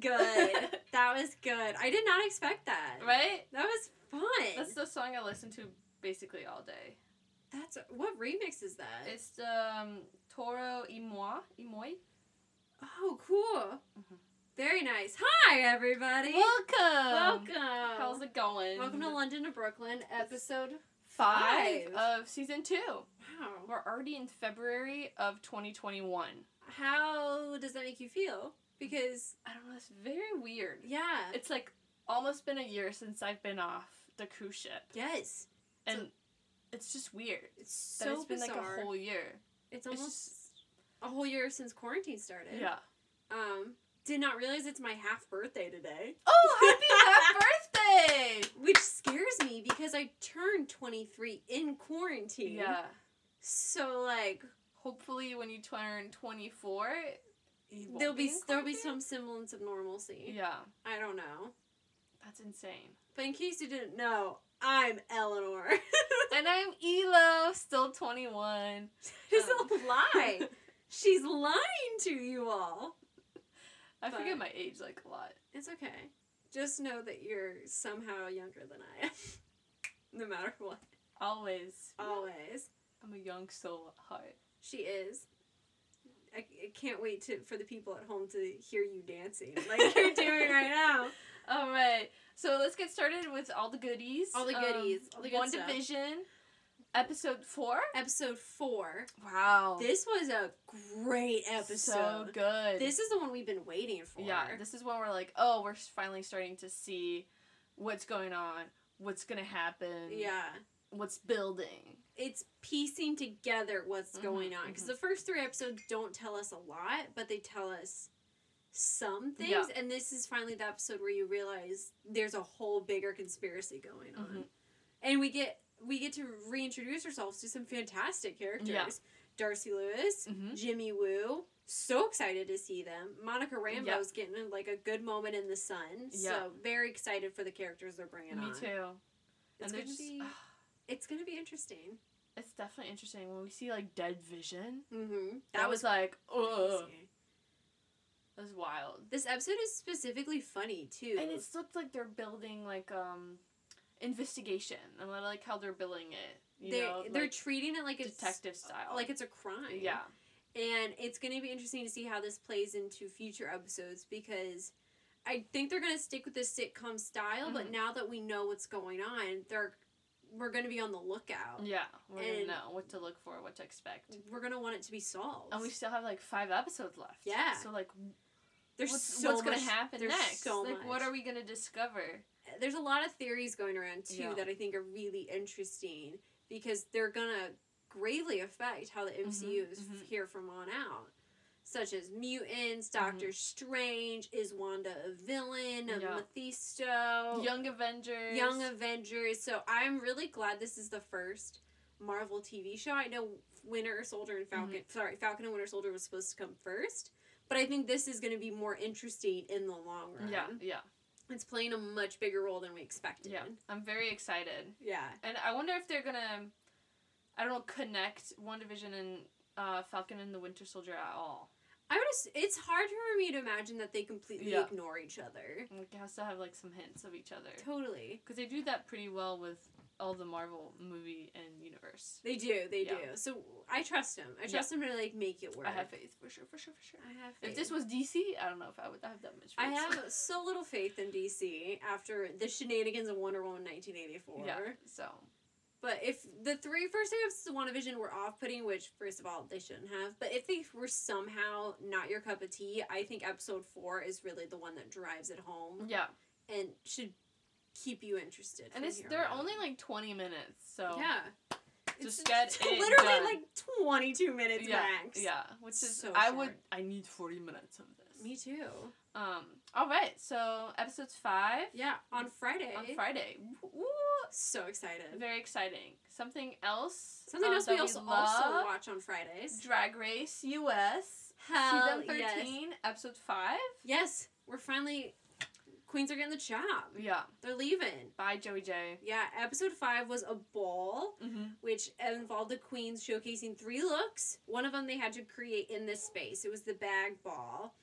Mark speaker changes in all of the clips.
Speaker 1: good. that was good. I did not expect that.
Speaker 2: Right?
Speaker 1: That was fun.
Speaker 2: That's the song I listen to basically all day.
Speaker 1: That's what remix is that?
Speaker 2: It's the um, Toro y Moi. Y Moi?
Speaker 1: oh, cool.
Speaker 2: Mhm.
Speaker 1: Very nice. Hi, everybody.
Speaker 2: Welcome!
Speaker 1: Welcome.
Speaker 2: How's it going?
Speaker 1: Welcome to London to Brooklyn, episode.
Speaker 2: five,
Speaker 1: Five.
Speaker 2: of season two.
Speaker 1: Wow.
Speaker 2: We're already in February of 2021.
Speaker 1: How does that make you feel? Because
Speaker 2: I don't know, it's very weird.
Speaker 1: yeah,
Speaker 2: It's like almost been a year since I've been off the cruise ship.
Speaker 1: yes,
Speaker 2: And it's just weird.
Speaker 1: it's
Speaker 2: That
Speaker 1: so
Speaker 2: it's been
Speaker 1: bizarre.
Speaker 2: like a whole year.
Speaker 1: it's
Speaker 2: it's
Speaker 1: almost a whole year since quarantine started.
Speaker 2: Yeah.
Speaker 1: Um, did not realize it's my half birthday today,
Speaker 2: Oh, happy half birthday!
Speaker 1: which scares me because I turned twenty three in quarantine.
Speaker 2: Yeah.
Speaker 1: So like,
Speaker 2: Hopefully, when you turn 24, you won't
Speaker 1: there'll be,
Speaker 2: in
Speaker 1: there'll be some
Speaker 2: quarantine.
Speaker 1: semblance of normalcy.
Speaker 2: Yeah,
Speaker 1: I don't know.
Speaker 2: that's insane.
Speaker 1: But in case you didn't know, I'm Eleanor.
Speaker 2: and I'm Elo, still 21.
Speaker 1: It's
Speaker 2: Um,
Speaker 1: a lie. She's lying to you all.
Speaker 2: I
Speaker 1: But-
Speaker 2: forget my age like a lot.
Speaker 1: It's okay. Just know that you're somehow younger than I am. no matter what.
Speaker 2: Always.
Speaker 1: Uh, Always.
Speaker 2: I'm a young soul at heart.
Speaker 1: She is. I, I can't wait to for the people at home to hear you dancing like you're doing right now.
Speaker 2: All right, so let's get started with all the goodies. Um,
Speaker 1: All the goodies, all the good
Speaker 2: One
Speaker 1: stuff.
Speaker 2: Division, episode four.
Speaker 1: Episode four.
Speaker 2: Wow.
Speaker 1: This was a great
Speaker 2: Oh. So
Speaker 1: episode.
Speaker 2: good.
Speaker 1: this is the one we've been waiting for.
Speaker 2: Yeah, this is when we're like, oh, we're s- finally starting to see what's going on, what's gonna happen,
Speaker 1: yeah.
Speaker 2: what's building.
Speaker 1: it's piecing together what's
Speaker 2: Mhm,
Speaker 1: going on because
Speaker 2: mhm.
Speaker 1: the first three episodes don't tell us a lot but they tell us some things
Speaker 2: Yeah.
Speaker 1: and this is finally the episode where you realize there's a whole bigger conspiracy going on
Speaker 2: Mhm.
Speaker 1: and we get we get to reintroduce ourselves to some fantastic characters
Speaker 2: Yeah.
Speaker 1: darcy lewis
Speaker 2: Mhm.
Speaker 1: jimmy woo so excited to see them monica rambo's getting like a good moment in the sun
Speaker 2: Yeah.
Speaker 1: so very excited for the characters they're bringing
Speaker 2: Me
Speaker 1: on
Speaker 2: too.
Speaker 1: it's
Speaker 2: they're
Speaker 1: gonna be it's gonna be interesting
Speaker 2: it's definitely interesting when we see like dead vision.
Speaker 1: mm-hmm.
Speaker 2: That, was, like, ugh,
Speaker 1: Crazy.
Speaker 2: that was wild.
Speaker 1: This episode is specifically funny too.
Speaker 2: And it's looked like they're building like um investigation and I like how they're billing it. You
Speaker 1: they
Speaker 2: know,
Speaker 1: they're
Speaker 2: like,
Speaker 1: treating it like it's
Speaker 2: detective style.
Speaker 1: like it's a crime.
Speaker 2: yeah,
Speaker 1: And it's going to be interesting to see how this plays into future episodes because I think they're going to stick with the sitcom style, but
Speaker 2: Mhm.
Speaker 1: now that we know what's going on, they're we're going to be on the lookout.
Speaker 2: yeah. We're gonna
Speaker 1: And-
Speaker 2: know what to look for, what to expect.
Speaker 1: We're going to want it to be solved.
Speaker 2: And we still have like five episodes left.
Speaker 1: Yeah.
Speaker 2: So like
Speaker 1: there's
Speaker 2: what's,
Speaker 1: so
Speaker 2: what's
Speaker 1: much,
Speaker 2: gonna happen
Speaker 1: there's
Speaker 2: next?
Speaker 1: So
Speaker 2: like,
Speaker 1: much.
Speaker 2: what are we gonna discover?
Speaker 1: there's a lot of theories going around too
Speaker 2: Yeah.
Speaker 1: that I think are really interesting because they're gonna gravely affect how the MCU is
Speaker 2: mhm.
Speaker 1: here from on out, such as mutants,
Speaker 2: Mm-hmm.
Speaker 1: Doctor Strange, is Wanda a villain, a
Speaker 2: Yeah.
Speaker 1: Mephisto,
Speaker 2: Young Avengers.
Speaker 1: Oh. Young Avengers. So I'm really glad this is the first Marvel TV show. I know Winter Soldier and Falcon,
Speaker 2: Mm-hmm.
Speaker 1: sorry, Falcon and Winter Soldier was supposed to come first, but I think this is gonna be more interesting in the long run.
Speaker 2: Yeah, yeah,
Speaker 1: It's playing a much bigger role than we expected.
Speaker 2: yeah. I'm very excited,
Speaker 1: Yeah.
Speaker 2: and I wonder if they're gonna, I don't know, connect One Division and uh, Falcon and the Winter Soldier at all.
Speaker 1: I would. ass- It's hard for me to imagine that they completely
Speaker 2: Yeah.
Speaker 1: ignore each other.
Speaker 2: Like, it has to have like some hints of each other,
Speaker 1: Totally.
Speaker 2: because they do that pretty well with all the Marvel movie and universe.
Speaker 1: They do. They
Speaker 2: Yeah.
Speaker 1: do. So I trust them. I
Speaker 2: Yeah.
Speaker 1: trust them to like make it work.
Speaker 2: I have faith for sure, for sure, for sure.
Speaker 1: I have
Speaker 2: If this
Speaker 1: faith.
Speaker 2: was DC, I don't know if I would have that much.
Speaker 1: I
Speaker 2: faith.
Speaker 1: have so little faith in DC after the shenanigans of Wonder Woman 1984.
Speaker 2: yeah. So
Speaker 1: But if the three first episodes of WandaVision were off putting, which, first of all, they shouldn't have, but if they were somehow not your cup of tea, I think episode four is really the one that drives it home
Speaker 2: yeah,
Speaker 1: and should keep you interested.
Speaker 2: and
Speaker 1: from
Speaker 2: it's
Speaker 1: here
Speaker 2: they're
Speaker 1: on out.
Speaker 2: only like twenty minutes, so
Speaker 1: Yeah.
Speaker 2: Just
Speaker 1: It's-
Speaker 2: get
Speaker 1: it's
Speaker 2: it
Speaker 1: literally
Speaker 2: done.
Speaker 1: like 22 minutes
Speaker 2: yeah,
Speaker 1: max.
Speaker 2: Yeah, which is
Speaker 1: So
Speaker 2: I would
Speaker 1: short.
Speaker 2: I need forty minutes of this.
Speaker 1: Me too.
Speaker 2: Um. All right. So episodes five
Speaker 1: Yeah, on Friday.
Speaker 2: on Friday. Woo!
Speaker 1: So excited.
Speaker 2: Very exciting. Something else.
Speaker 1: Something
Speaker 2: um,
Speaker 1: else
Speaker 2: that
Speaker 1: we also, also
Speaker 2: love,
Speaker 1: watch on Fridays.
Speaker 2: Drag Race U.S.
Speaker 1: Hell
Speaker 2: season
Speaker 1: yes.
Speaker 2: thirteen, episode five.
Speaker 1: Yes, we're finally. Queens are getting the job.
Speaker 2: Yeah.
Speaker 1: They're leaving.
Speaker 2: Bye, Joey J.
Speaker 1: Yeah, episode five was a ball,
Speaker 2: Mm-hmm.
Speaker 1: which involved the queens showcasing three looks. One of them they had to create in this space. It was the bag ball.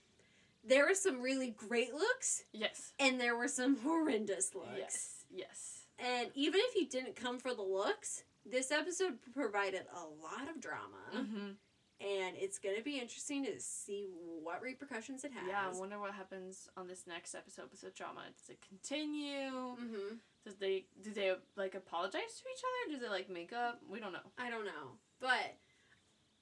Speaker 1: there were some really great looks
Speaker 2: Yes.
Speaker 1: and there were some horrendous looks.
Speaker 2: Yes. Yes.
Speaker 1: And even if you didn't come for the looks, this episode provided a lot of drama.
Speaker 2: hmm
Speaker 1: And it's going to be interesting to see what repercussions it has.
Speaker 2: Yeah, I wonder what happens on this next episode with the drama. Does it continue?
Speaker 1: hmm
Speaker 2: Does they do they like apologize to each other? Do they like make up? We don't know.
Speaker 1: I don't know. But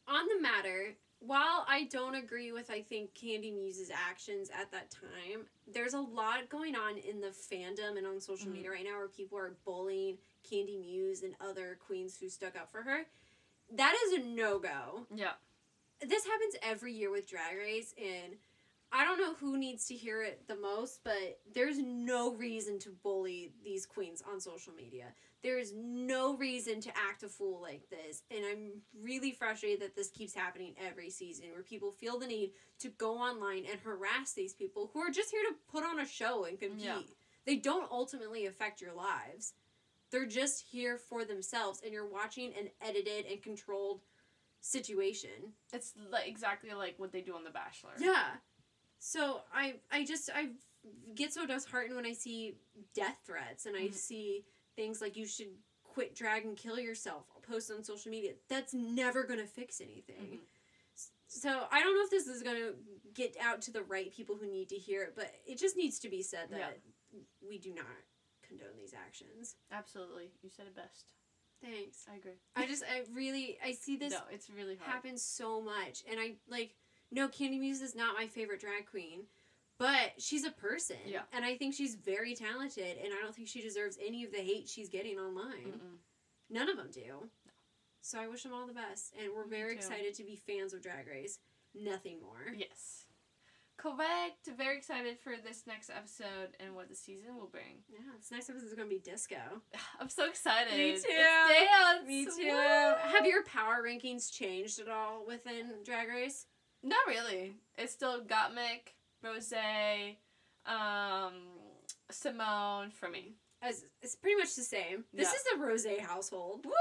Speaker 1: on the matter, while I don't agree with, I think, Candy Muse's actions at that time, there's a lot going on in the fandom and on social
Speaker 2: Mhm.
Speaker 1: media right now where people are bullying Candy Muse and other queens who stuck up for her. That is a no go.
Speaker 2: Yeah.
Speaker 1: This happens every year with Drag Race, and I don't know who needs to hear it the most, but there's no reason to bully these queens on social media. There is no reason to act a fool like this, and I'm really frustrated that this keeps happening every season where people feel the need to go online and harass these people who are just here to put on a show and compete.
Speaker 2: Yeah.
Speaker 1: They don't ultimately affect your lives. They're just here for themselves, and you're watching an edited and controlled situation.
Speaker 2: It's like exactly like what they do on The Bachelor.
Speaker 1: Yeah. So I I just I get so disheartened when I see death threats and I
Speaker 2: Mhm.
Speaker 1: see things like you should quit drag and kill yourself post on social media. That's never gonna fix anything.
Speaker 2: Mhm.
Speaker 1: S- So I don't know if this is gonna get out to the right people who need to hear it, but it just needs to be said that we do not condone these actions.
Speaker 2: Absolutely. You said it best.
Speaker 1: Thanks.
Speaker 2: I agree.
Speaker 1: I just I really I see this
Speaker 2: no, it's really hard.
Speaker 1: happens so much and i like no candy muse is not my favorite drag queen but she's a person
Speaker 2: Yeah.
Speaker 1: and i think she's very talented and i don't think she deserves any of the hate she's getting online
Speaker 2: Mm-mm.
Speaker 1: none of them do so i wish them all the best and we're
Speaker 2: Me
Speaker 1: very
Speaker 2: too.
Speaker 1: excited to be fans of drag race nothing more
Speaker 2: Yes. Correct. Very excited for this next episode and what the season will bring.
Speaker 1: yeah this next episode is gonna be disco
Speaker 2: I'm so excited.
Speaker 1: Me
Speaker 2: It's
Speaker 1: too.
Speaker 2: dance.
Speaker 1: me too
Speaker 2: Woo!
Speaker 1: have your power rankings changed at all within drag race
Speaker 2: Not really. It's still Gottmik, Rose, um, Simone for me.
Speaker 1: as it's pretty much the same this
Speaker 2: Yeah.
Speaker 1: is the rose household
Speaker 2: Woo!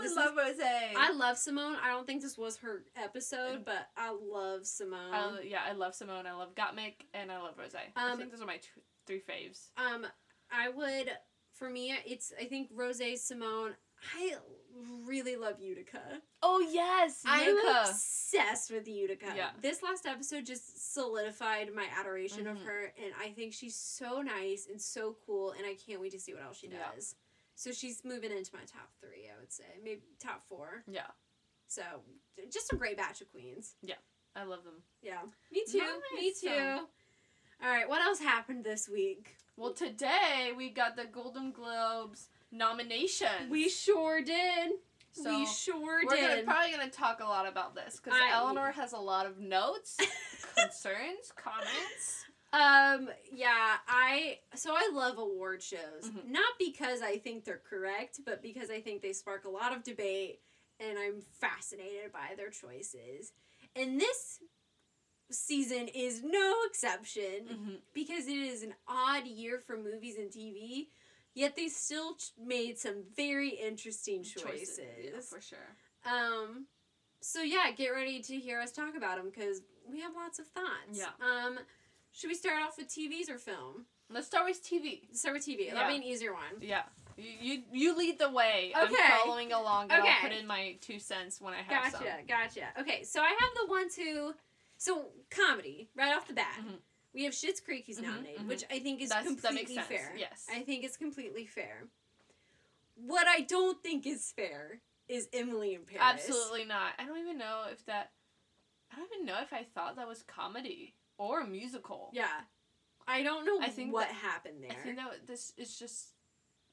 Speaker 1: This is-
Speaker 2: Rose.
Speaker 1: I
Speaker 2: I,
Speaker 1: love Simone. I don't think this was her
Speaker 2: Mm.
Speaker 1: episode, but I love Simone.
Speaker 2: I yeah, I love Simone. I love Gottmik, and I love Rose. I
Speaker 1: Um,
Speaker 2: think those are my tw- three faves.
Speaker 1: um, I would for me, it's I think Rose Simone. I really love Utica.
Speaker 2: Oh yes,
Speaker 1: I'm obsessed with Utica.
Speaker 2: Yeah.
Speaker 1: This last episode just solidified my adoration of
Speaker 2: Mhm.
Speaker 1: her, and I think she's so nice and so cool, and I can't wait to see what else she does.
Speaker 2: Yeah.
Speaker 1: So she's moving into my top three, I would say, maybe top four.
Speaker 2: Yeah.
Speaker 1: So just a great batch of queens.
Speaker 2: I love them.
Speaker 1: Yeah. Me too. Me
Speaker 2: Nice.
Speaker 1: too. All right, what else happened this week?
Speaker 2: Well, today we got the Golden Globes nominations.
Speaker 1: We sure did.
Speaker 2: so
Speaker 1: we sure
Speaker 2: we're gonna,
Speaker 1: did.
Speaker 2: probably going to talk a lot about this because
Speaker 1: I-
Speaker 2: Eleanor has a lot of notes, concerns, comments.
Speaker 1: um yeah, I so I love award shows.
Speaker 2: Mhm.
Speaker 1: Not because I think they're correct, but because I think they spark a lot of debate and I'm fascinated by their choices. And this season is no exception.
Speaker 2: Mhm.
Speaker 1: because it is an odd year for movies and TV, yet they still ch- made some very interesting choices.
Speaker 2: yeah, for sure.
Speaker 1: Um, so yeah, get ready to hear us talk about them because we have lots of thoughts.
Speaker 2: Yeah.
Speaker 1: Um, should we start off with TVs or film?
Speaker 2: Let's start with TV.
Speaker 1: Start with TV.
Speaker 2: Yeah.
Speaker 1: That'll be an easier one.
Speaker 2: Yeah, you you, you lead the way.
Speaker 1: Okay.
Speaker 2: I'm following along, and
Speaker 1: Okay.
Speaker 2: I'll put in my two cents when I have
Speaker 1: Gotcha, gotcha. Okay, so I have the ones who, so comedy right off the bat.
Speaker 2: Mhm.
Speaker 1: We have Schitt's Creek who's
Speaker 2: Mhm,
Speaker 1: nominated,
Speaker 2: mhm.
Speaker 1: which I think is
Speaker 2: some. That's, that
Speaker 1: completely
Speaker 2: makes sense.
Speaker 1: fair.
Speaker 2: Yes.
Speaker 1: I think it's completely fair. What I don't think is fair is Emily in Paris.
Speaker 2: Absolutely not. I don't even know if that. I don't even know if I thought that was comedy or a musical.
Speaker 1: Yeah. I don't know
Speaker 2: I think
Speaker 1: what
Speaker 2: that-
Speaker 1: happened there.
Speaker 2: I think that this is just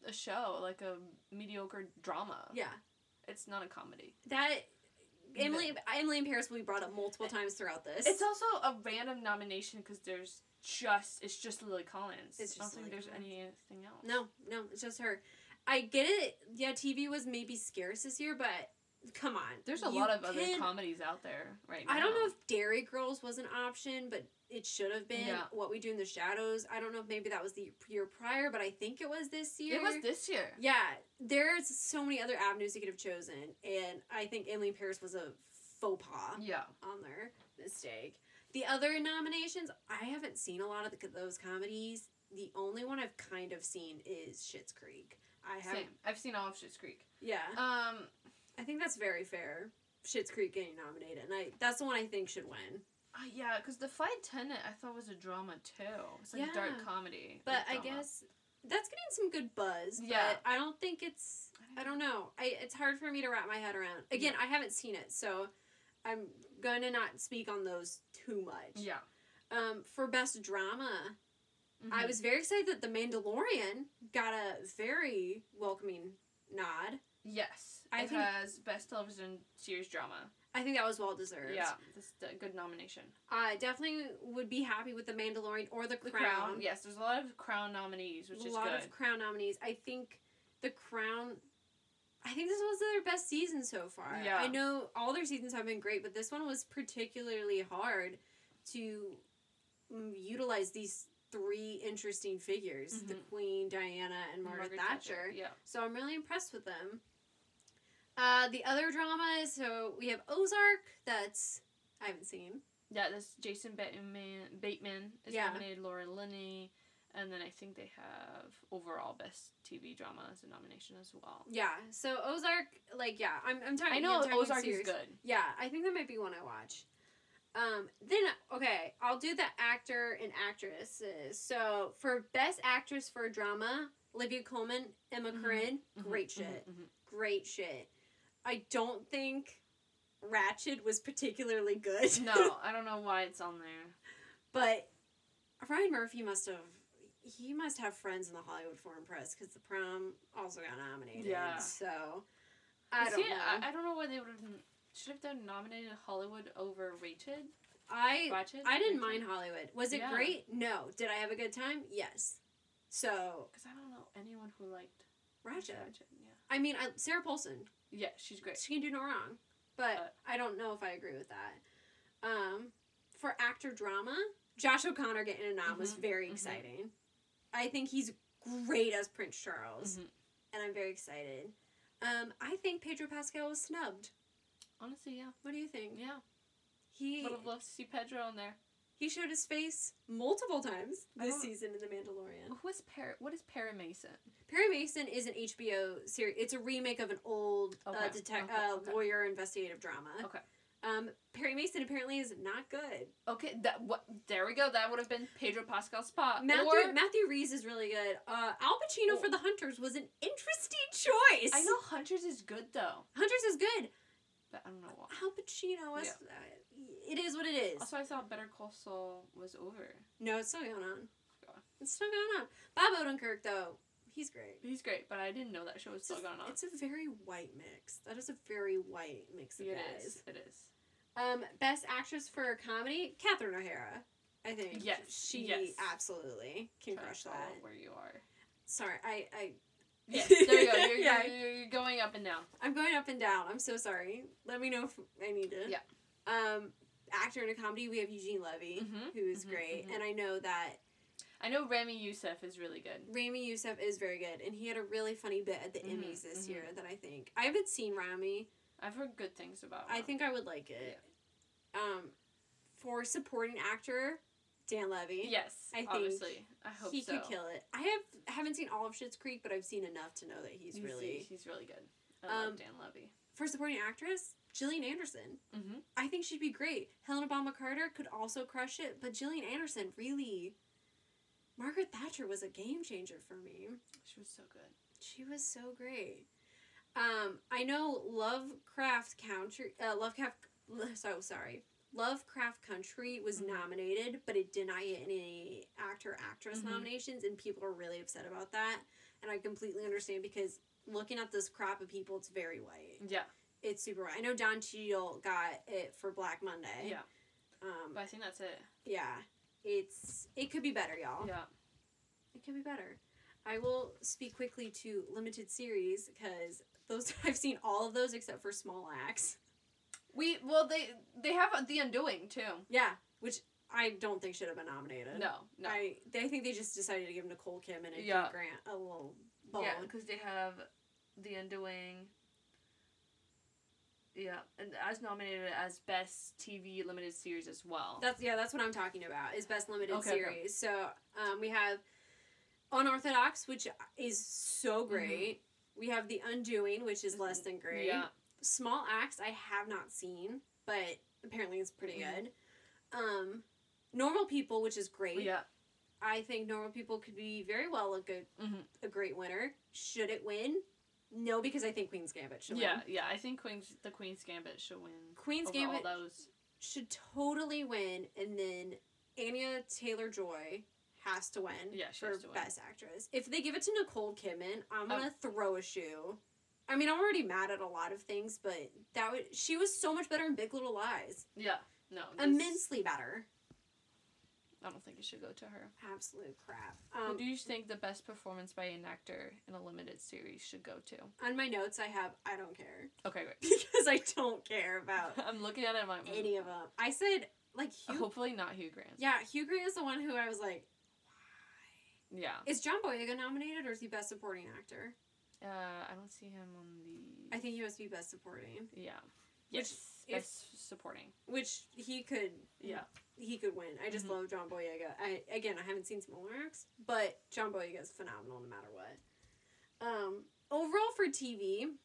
Speaker 2: a show, like a mediocre drama.
Speaker 1: yeah.
Speaker 2: It's not a comedy.
Speaker 1: That Emily Emily in Paris will be brought up multiple times throughout this.
Speaker 2: It's also a random nomination because there's just it's just Lily Collins.
Speaker 1: It's
Speaker 2: I don't
Speaker 1: just
Speaker 2: think
Speaker 1: Lily
Speaker 2: there's
Speaker 1: Collins.
Speaker 2: anything else.
Speaker 1: no, no, it's just her. I get it. Yeah, TV was maybe scarce this year, but come on.
Speaker 2: There's a
Speaker 1: You
Speaker 2: lot of other
Speaker 1: can-
Speaker 2: comedies out there right now.
Speaker 1: I don't know if Dairy Girls was an option, but it should have been.
Speaker 2: Yeah.
Speaker 1: What We Do in the Shadows. I don't know if maybe that was the year prior, but I think it was this year.
Speaker 2: it was this year.
Speaker 1: Yeah, there's so many other avenues you could have chosen, and I think Emily in Paris was a faux pas
Speaker 2: Yeah.
Speaker 1: on their mistake. The other nominations, I haven't seen a lot of the, those comedies. The only one I've kind of seen is Schitt's Creek. I have,
Speaker 2: Same. I've seen all of Schitt's Creek.
Speaker 1: yeah.
Speaker 2: Um,
Speaker 1: I think that's very fair. Schitt's Creek getting nominated, and I that's the one I think should win.
Speaker 2: uh, yeah, because The Flight Attendant I thought was a drama too. It's like a
Speaker 1: Yeah.
Speaker 2: dark comedy.
Speaker 1: But
Speaker 2: like
Speaker 1: I
Speaker 2: drama.
Speaker 1: guess that's getting some good buzz.
Speaker 2: Yeah.
Speaker 1: But I don't think it's. I don't know. I it's hard for me to wrap my head around. Again, I haven't seen it, so I'm gonna not speak on those too much.
Speaker 2: Yeah.
Speaker 1: Um, for best drama, I
Speaker 2: Mhm.
Speaker 1: was very excited that The Mandalorian got a very welcoming nod.
Speaker 2: Yes.
Speaker 1: I
Speaker 2: it
Speaker 1: think-
Speaker 2: has best television series drama.
Speaker 1: I think that was well deserved.
Speaker 2: Yeah, this is a good nomination.
Speaker 1: I definitely would be happy with The Mandalorian or The
Speaker 2: The
Speaker 1: Crown.
Speaker 2: Crown. Yes, there's a lot of Crown nominees, which
Speaker 1: a
Speaker 2: is
Speaker 1: lot
Speaker 2: good.
Speaker 1: of Crown nominees. I think the Crown. I think this was their best season so far.
Speaker 2: Yeah.
Speaker 1: I know all their seasons have been great, but this one was particularly hard to mm, utilize these three interesting figures the
Speaker 2: Mhm.
Speaker 1: Queen, Diana, and Margaret, Thatcher.
Speaker 2: Yeah.
Speaker 1: So I'm really impressed with them. Uh, the other dramas, so we have Ozark, that's. I haven't seen.
Speaker 2: Yeah, this Jason Bateman Bateman is
Speaker 1: Yeah.
Speaker 2: nominated, Laura Linney, and then I think they have overall best TV drama as a nomination as well.
Speaker 1: Yeah, so Ozark, like, yeah, I'm, I'm talking
Speaker 2: I know
Speaker 1: I'm talking
Speaker 2: Ozark
Speaker 1: series.
Speaker 2: is good.
Speaker 1: Yeah, I think that might be one I watch. Um, then okay, I'll do the actor and actresses. So for best actress for drama, Olivia Colman, Emma
Speaker 2: Mhm.
Speaker 1: Corrin,
Speaker 2: Mhm,
Speaker 1: great
Speaker 2: mhm,
Speaker 1: shit,
Speaker 2: mhm.
Speaker 1: great shit. I don't think Ratchet was particularly good.
Speaker 2: no, I don't know why it's on there.
Speaker 1: but Ryan Murphy must have. He must have friends in the Hollywood Foreign Press because the prom also got nominated.
Speaker 2: Yeah.
Speaker 1: So I
Speaker 2: But
Speaker 1: don't
Speaker 2: see,
Speaker 1: know.
Speaker 2: I, I don't know why they would have should have done nominated Hollywood over Rated.
Speaker 1: I
Speaker 2: Ratchet.
Speaker 1: I didn't mind Hollywood. Was it
Speaker 2: Yeah.
Speaker 1: great? No. Did I have a good time? Yes. So
Speaker 2: because I don't know anyone who liked
Speaker 1: Ratchet.
Speaker 2: Yeah.
Speaker 1: I mean, I, Sarah Paulson.
Speaker 2: Yeah, she's great.
Speaker 1: She can do no wrong. But
Speaker 2: But-
Speaker 1: I don't know if I agree with that. Um, for actor drama, Josh O'Connor getting a nom was
Speaker 2: Mhm,
Speaker 1: very
Speaker 2: mhm.
Speaker 1: exciting. I think he's great as Prince Charles,
Speaker 2: Mhm.
Speaker 1: and I'm very excited. Um, I think Pedro Pascal was snubbed.
Speaker 2: Honestly, yeah,
Speaker 1: What do you think?
Speaker 2: yeah.
Speaker 1: He
Speaker 2: Would have loved to see Pedro on there.
Speaker 1: he showed his face multiple times
Speaker 2: I
Speaker 1: this
Speaker 2: don't-
Speaker 1: season in The Mandalorian.
Speaker 2: Who is Perry? What is Perry Mason?
Speaker 1: Perry Mason is an HBO series. It's a remake of an old uh,
Speaker 2: Okay,
Speaker 1: detec-
Speaker 2: okay,
Speaker 1: uh,
Speaker 2: okay.
Speaker 1: lawyer investigative drama.
Speaker 2: Okay.
Speaker 1: Um, Perry Mason apparently is not good.
Speaker 2: Okay, that what? There we go. That would have been Pedro Pascal's spot.
Speaker 1: Matthew
Speaker 2: Uh, Or-
Speaker 1: Matthew Reese is really good. Uh, Al Pacino for The Hunters was an interesting choice.
Speaker 2: I know Hunters is good though,
Speaker 1: Hunters is good.
Speaker 2: but I don't know why.
Speaker 1: Al Pacino was. uh, it is what it is.
Speaker 2: Also, I thought Better Call Saul was over.
Speaker 1: no, it's still going on.
Speaker 2: God.
Speaker 1: It's still going on. Bob Odenkirk though, he's great.
Speaker 2: He's great, but I didn't know that show was still going on.
Speaker 1: It's a very white mix. That is a very white mix of
Speaker 2: It
Speaker 1: guys.
Speaker 2: is. It is.
Speaker 1: Um, best actress for comedy, Catherine O'Hara. I think.
Speaker 2: Yes,
Speaker 1: She
Speaker 2: yes.
Speaker 1: absolutely can crush
Speaker 2: Try to
Speaker 1: that.
Speaker 2: follow Where you are.
Speaker 1: Sorry, I, I
Speaker 2: Yes. There you go. You're,
Speaker 1: Yeah.
Speaker 2: you're, you're going up and down.
Speaker 1: I'm going up and down. I'm so sorry. Let me know if I need it.
Speaker 2: Yeah.
Speaker 1: Um, actor in a comedy, we have Eugene Levy,
Speaker 2: Mhm,
Speaker 1: who is
Speaker 2: mhm,
Speaker 1: great,
Speaker 2: mhm.
Speaker 1: and I know that
Speaker 2: I know Rami Youssef is really good.
Speaker 1: Rami Youssef is very good, and he had a really funny bit at the
Speaker 2: Mhm,
Speaker 1: Emmys this
Speaker 2: mhm.
Speaker 1: year that I think I haven't seen Rami.
Speaker 2: I've heard good things about.
Speaker 1: I
Speaker 2: him.
Speaker 1: think I would like it. Um, for supporting actor, Dan Levy.
Speaker 2: Yes.
Speaker 1: I think
Speaker 2: obviously. I hope
Speaker 1: he
Speaker 2: so.
Speaker 1: could kill it. I have haven't seen all of Schitt's Creek, but I've seen enough to know that he's really
Speaker 2: he's really good. I
Speaker 1: Um,
Speaker 2: love Dan Levy.
Speaker 1: for supporting actress. Gillian Anderson,
Speaker 2: Mm-hmm.
Speaker 1: I think she'd be great. Helena Bonham Carter could also crush it, but Gillian Anderson really. Margaret Thatcher was a game changer for me.
Speaker 2: She was so good.
Speaker 1: She was so great. Um, I know Lovecraft Country, uh, Lovecraft. So sorry, Lovecraft Country was
Speaker 2: Mhm.
Speaker 1: nominated, but it did not get any actor actress
Speaker 2: Mhm.
Speaker 1: nominations, and people are really upset about that. And I completely understand because looking at this crop of people, it's very white.
Speaker 2: Yeah,
Speaker 1: It's super white. I know Don Cheadle got it for Black Monday.
Speaker 2: yeah.
Speaker 1: Um,
Speaker 2: But I think that's it.
Speaker 1: yeah. It's it could be better, y'all.
Speaker 2: Yeah.
Speaker 1: It could be better. I will speak quickly to limited series because those I've seen all of those except for Small Axe.
Speaker 2: We well they they have the undoing too.
Speaker 1: Yeah, which I don't think should have been nominated.
Speaker 2: No, no.
Speaker 1: I they I think they just decided to give Nicole Kim and Hugh
Speaker 2: Yeah.
Speaker 1: Grant a little bone.
Speaker 2: yeah, because they have the undoing. Yeah, and as nominated as best TV limited series as well.
Speaker 1: That's yeah, that's what I'm talking about. Is best limited
Speaker 2: Okay, okay.
Speaker 1: series. So um, we have Unorthodox, which is so
Speaker 2: Mm-hmm.
Speaker 1: great. We have The Undoing, which is less than great.
Speaker 2: Yeah,
Speaker 1: Small Axe, I have not seen, but apparently it's pretty
Speaker 2: Mhm.
Speaker 1: good. Um, Normal People, which is great.
Speaker 2: yeah.
Speaker 1: I think Normal People could be very well a good,
Speaker 2: Mhm.
Speaker 1: a great winner. Should it win? No, because I think Queen's Gambit should
Speaker 2: Yeah,
Speaker 1: win.
Speaker 2: yeah. I think Queen's the Queen's Gambit should win.
Speaker 1: Queen's
Speaker 2: over
Speaker 1: Gambit
Speaker 2: all those.
Speaker 1: should totally win, and then Anya Taylor Joy has to win
Speaker 2: Yeah, she
Speaker 1: for
Speaker 2: has to win.
Speaker 1: Best Actress. If they give it to Nicole Kidman, I'm gonna
Speaker 2: Um,
Speaker 1: throw a shoe. I mean, I'm already mad at a lot of things, but that would she was so much better in Big Little Lies,
Speaker 2: Yeah, no. this-
Speaker 1: immensely better.
Speaker 2: I don't think it should go to her.
Speaker 1: Absolute crap.
Speaker 2: Who
Speaker 1: Um,
Speaker 2: do you think the best performance by an actor in a limited series should go to?
Speaker 1: on my notes, I have I don't care
Speaker 2: Okay, great.
Speaker 1: because I don't care about
Speaker 2: I'm looking at it. I'm like, mm,
Speaker 1: any of them. I said like Hugh.
Speaker 2: Hopefully not Hugh Grant.
Speaker 1: Yeah, Hugh Grant is the one who I was like,
Speaker 2: Yeah.
Speaker 1: is John Boyega nominated or is he Best Supporting Actor?
Speaker 2: Uh, I don't see him on the.
Speaker 1: I think he must be Best Supporting.
Speaker 2: Yeah.
Speaker 1: Which
Speaker 2: Yes.
Speaker 1: if-
Speaker 2: best supporting.
Speaker 1: which he could
Speaker 2: Yeah.
Speaker 1: he could win. I just
Speaker 2: Mhm.
Speaker 1: love John Boyega. I again I haven't seen Small Axe, but John Boyega is phenomenal no matter what. Um, overall for TV,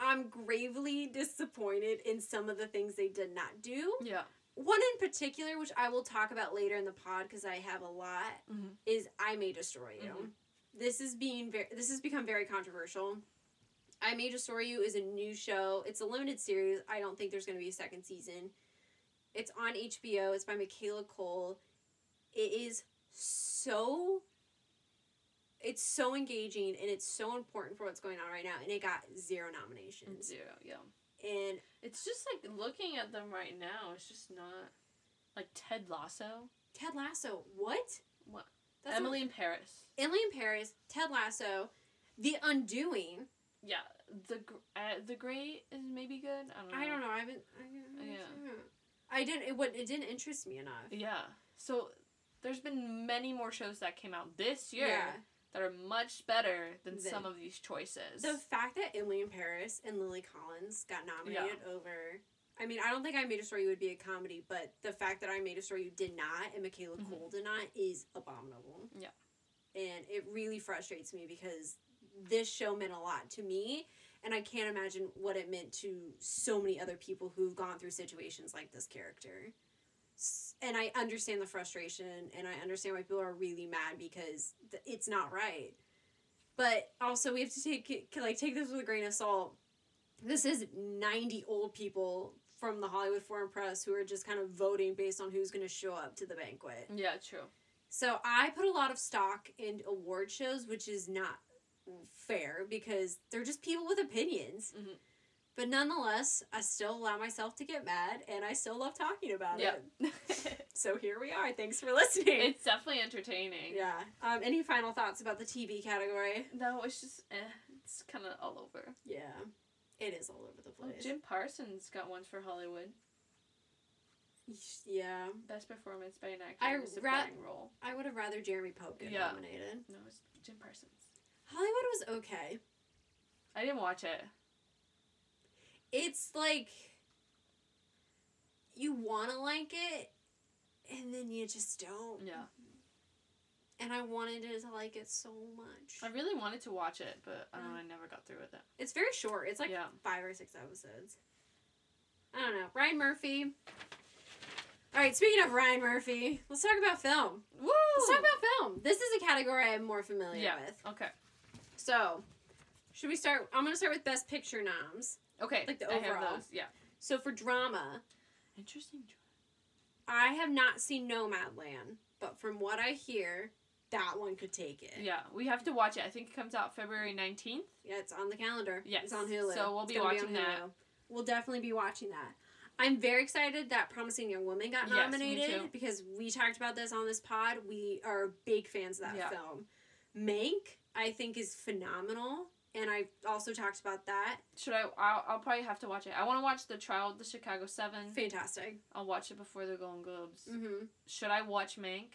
Speaker 1: I'm gravely disappointed in some of the things they did not do.
Speaker 2: Yeah.
Speaker 1: One in particular, which I will talk about later in the pod because I have a lot,
Speaker 2: Mhm.
Speaker 1: is I May Destroy You.
Speaker 2: Mhm.
Speaker 1: This is being very this has become very controversial. I May Destroy You is a new show. It's a limited series. I don't think there's gonna be a second season. It's on HBO, it's by Michaela Cole. It is so it's so engaging and it's so important for what's going on right now and it got zero nominations.
Speaker 2: Zero. Yeah. Mm-hmm.
Speaker 1: And
Speaker 2: It's just like looking at them right now. It's just not like Ted Lasso,
Speaker 1: Ted Lasso, what?
Speaker 2: What?
Speaker 1: That's not-
Speaker 2: Emily in Paris.
Speaker 1: Emily in Paris, Ted Lasso, The Undoing.
Speaker 2: Yeah. The Gr- uh, the Great is maybe good. I don't know.
Speaker 1: I don't know. I haven't. I, haven't
Speaker 2: Yeah.
Speaker 1: seen it. I didn't. It would. It didn't interest me enough.
Speaker 2: Yeah. So there's been many more shows that came out this year that are much better than
Speaker 1: Than-
Speaker 2: some of these choices.
Speaker 1: The fact that Emily in Paris and Lily Collins got nominated over. I mean, I don't think I Made a Story would be a comedy, but the fact that I Made a Story you did not and Michaela
Speaker 2: Mhm.
Speaker 1: Cole did not is abominable.
Speaker 2: Yeah.
Speaker 1: And it really frustrates me because this show meant a lot to me, and I can't imagine what it meant to so many other people who've gone through situations like this character. S- And I understand the frustration, and I understand why people are really mad because th- it's not right. But also, we have to take it- like take this with a grain of salt this is 90 old people from the Hollywood Foreign Press who are just kind of voting based on who's going to show up to the banquet.
Speaker 2: yeah, true.
Speaker 1: So I put a lot of stock in award shows, which is not fair because they're just people with opinions.
Speaker 2: Mhm.
Speaker 1: But nonetheless, I still allow myself to get mad and I still love talking about
Speaker 2: Yeah.
Speaker 1: it. So here we are. Thanks for listening.
Speaker 2: it's definitely entertaining.
Speaker 1: yeah. Um, any final thoughts about the TV category?
Speaker 2: No, it's just eh, it's kind of all over.
Speaker 1: Yeah. It is all over the
Speaker 2: Oh,
Speaker 1: place.
Speaker 2: Jim Parsons got one for Hollywood,
Speaker 1: yeah.
Speaker 2: best performance by an actor
Speaker 1: I
Speaker 2: in a
Speaker 1: ra-
Speaker 2: supporting role.
Speaker 1: I would have rather Jeremy Pope get
Speaker 2: Yeah.
Speaker 1: nominated.
Speaker 2: No, it's Jim Parsons.
Speaker 1: Hollywood was okay.
Speaker 2: I didn't watch it.
Speaker 1: It's like you want to like it, and then you just don't.
Speaker 2: Yeah,
Speaker 1: And I wanted it to like it so much.
Speaker 2: I really wanted to watch it, but uh, I don't know, I never got through with it.
Speaker 1: It's very short. It's like
Speaker 2: Yeah.
Speaker 1: five or six episodes. I don't know. Ryan Murphy. All right. Speaking of Ryan Murphy, let's talk about film.
Speaker 2: Woo!
Speaker 1: Let's talk about film. This is a category I'm more familiar
Speaker 2: yeah.
Speaker 1: with.
Speaker 2: Okay.
Speaker 1: So, should we start? I'm gonna start with Best Picture noms.
Speaker 2: Okay.
Speaker 1: Like the
Speaker 2: I have
Speaker 1: overall.
Speaker 2: those. Yeah.
Speaker 1: So for drama,
Speaker 2: Interesting.
Speaker 1: I have not seen Nomadland, but from what I hear, that one could take it.
Speaker 2: Yeah, we have to watch it. I think it comes out February nineteenth.
Speaker 1: Yeah, it's on the calendar.
Speaker 2: Yes.
Speaker 1: It's on Hulu.
Speaker 2: So we'll
Speaker 1: It's
Speaker 2: be
Speaker 1: gonna
Speaker 2: watching
Speaker 1: on
Speaker 2: that.
Speaker 1: Hulu. We'll definitely be watching that. I'm very excited that Promising Young Woman got
Speaker 2: Yes, me
Speaker 1: nominated
Speaker 2: too.
Speaker 1: because we talked about this on this pod. We are big fans of that
Speaker 2: Yeah.
Speaker 1: film. Mank, I think, is phenomenal. And I also talked about that.
Speaker 2: Should I? I'll, I'll probably have to watch it. I want to watch the trial of the Chicago Seven.
Speaker 1: Fantastic.
Speaker 2: I'll watch it before the Golden Globes.
Speaker 1: hmm
Speaker 2: Should I watch Mank?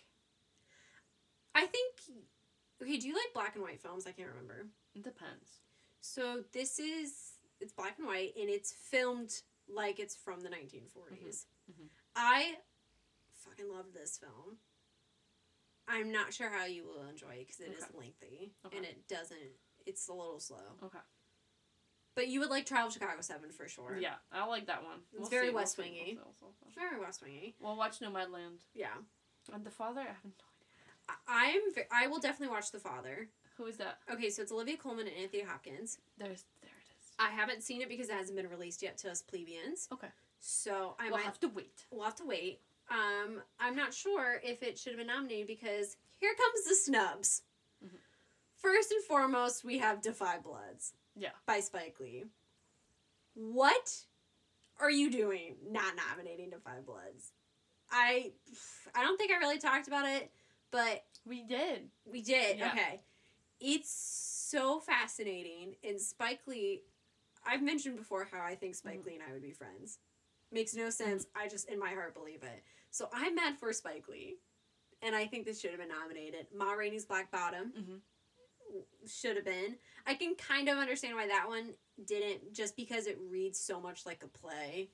Speaker 1: I think. Okay, do you like black and white films? I can't remember.
Speaker 2: It depends.
Speaker 1: So this is it's black and white and it's filmed like it's from the 1940s.
Speaker 2: Mhm.
Speaker 1: I fucking love this film. I'm not sure how you will enjoy it because it is
Speaker 2: Okay.
Speaker 1: lengthy
Speaker 2: Okay.
Speaker 1: and it doesn't. It's a little slow,
Speaker 2: Okay.
Speaker 1: but you would like Trial of Chicago Seven for sure.
Speaker 2: Yeah, I like that one.
Speaker 1: It's very
Speaker 2: we'll
Speaker 1: West
Speaker 2: see, we'll
Speaker 1: Wingy.
Speaker 2: see, we'll see, we'll see.
Speaker 1: very West Wingy.
Speaker 2: We'll watch Nomadland.
Speaker 1: Yeah,
Speaker 2: And The Father, I have no idea.
Speaker 1: I, I'm. ve- I will definitely watch The Father.
Speaker 2: Who is that?
Speaker 1: Okay, so it's Olivia Colman and Anthony Hopkins.
Speaker 2: There's, there it is.
Speaker 1: I haven't seen it because it hasn't been released yet to us plebeians.
Speaker 2: Okay.
Speaker 1: So I
Speaker 2: we'll
Speaker 1: might
Speaker 2: have to wait.
Speaker 1: We'll have to wait. Um, I'm not sure if it should have been nominated because here comes the snubs.
Speaker 2: Mhm.
Speaker 1: First and foremost, we have Defy Bloods.
Speaker 2: Yeah.
Speaker 1: By Spike Lee. What are you doing not nominating Defy Bloods? I I don't think I really talked about it, but
Speaker 2: We did.
Speaker 1: we did.
Speaker 2: Yeah.
Speaker 1: Okay. It's so fascinating and Spike Lee I've mentioned before how I think Spike
Speaker 2: Mhm.
Speaker 1: Lee and I would be friends. Makes no sense. I just in my heart believe it. So I'm mad for Spike Lee. And I think this should have been nominated. Ma Rainey's Black Bottom
Speaker 2: Mhm.
Speaker 1: w- should have been. I can kind of understand why that one didn't, just because it reads so much like a play.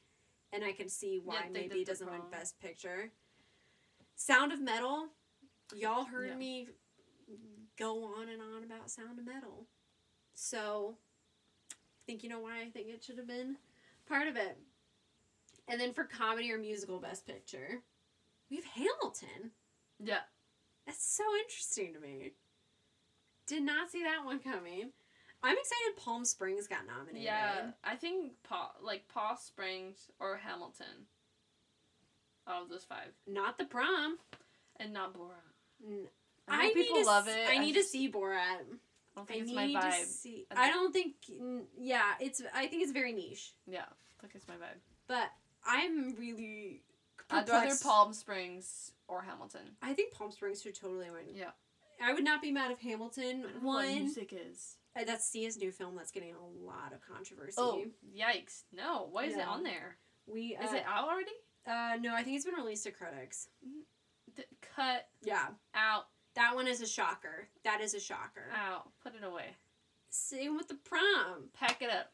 Speaker 1: And I can see why
Speaker 2: they
Speaker 1: maybe
Speaker 2: did
Speaker 1: it
Speaker 2: the
Speaker 1: doesn't win
Speaker 2: wrong-
Speaker 1: Best Picture. Sound of Metal. Y'all heard
Speaker 2: Yeah.
Speaker 1: me go on and on about Sound of Metal. So, I think you know why I think it should have been part of it. And then for comedy or musical best picture, we have Hamilton.
Speaker 2: Yeah.
Speaker 1: That's so interesting to me. Did not see that one coming. I'm excited Palm Springs got nominated.
Speaker 2: Yeah. I think Paw, like Paw Springs or Hamilton out of those five.
Speaker 1: Not the prom.
Speaker 2: And not Borat.
Speaker 1: N-
Speaker 2: I, know people
Speaker 1: need to,
Speaker 2: love
Speaker 1: s-
Speaker 2: it.
Speaker 1: I need to
Speaker 2: just-
Speaker 1: see Borat.
Speaker 2: I don't
Speaker 1: I
Speaker 2: think it's
Speaker 1: need
Speaker 2: my
Speaker 1: to
Speaker 2: vibe.
Speaker 1: see.
Speaker 2: I
Speaker 1: I
Speaker 2: don't-
Speaker 1: don't think. n- Yeah, it's. I think it's very niche.
Speaker 2: Yeah, I think it's my vibe.
Speaker 1: But I'm really.
Speaker 2: I'd rather
Speaker 1: perplexed.
Speaker 2: Palm Springs or Hamilton.
Speaker 1: I think Palm Springs should totally win.
Speaker 2: Yeah.
Speaker 1: I would not be mad if Hamilton
Speaker 2: I don't know what
Speaker 1: won.
Speaker 2: music is.
Speaker 1: Uh, that's Sia's new film that's getting a lot of controversy.
Speaker 2: Oh, yikes! No, why is it
Speaker 1: Yeah.
Speaker 2: on there?
Speaker 1: we uh,
Speaker 2: Is it out already?
Speaker 1: Uh, no, I think it's been released to critics.
Speaker 2: D- cut
Speaker 1: Yeah,
Speaker 2: out,
Speaker 1: that one is a shocker. That is a shocker.
Speaker 2: out. Put it away.
Speaker 1: Same with the prom.
Speaker 2: Pack it up.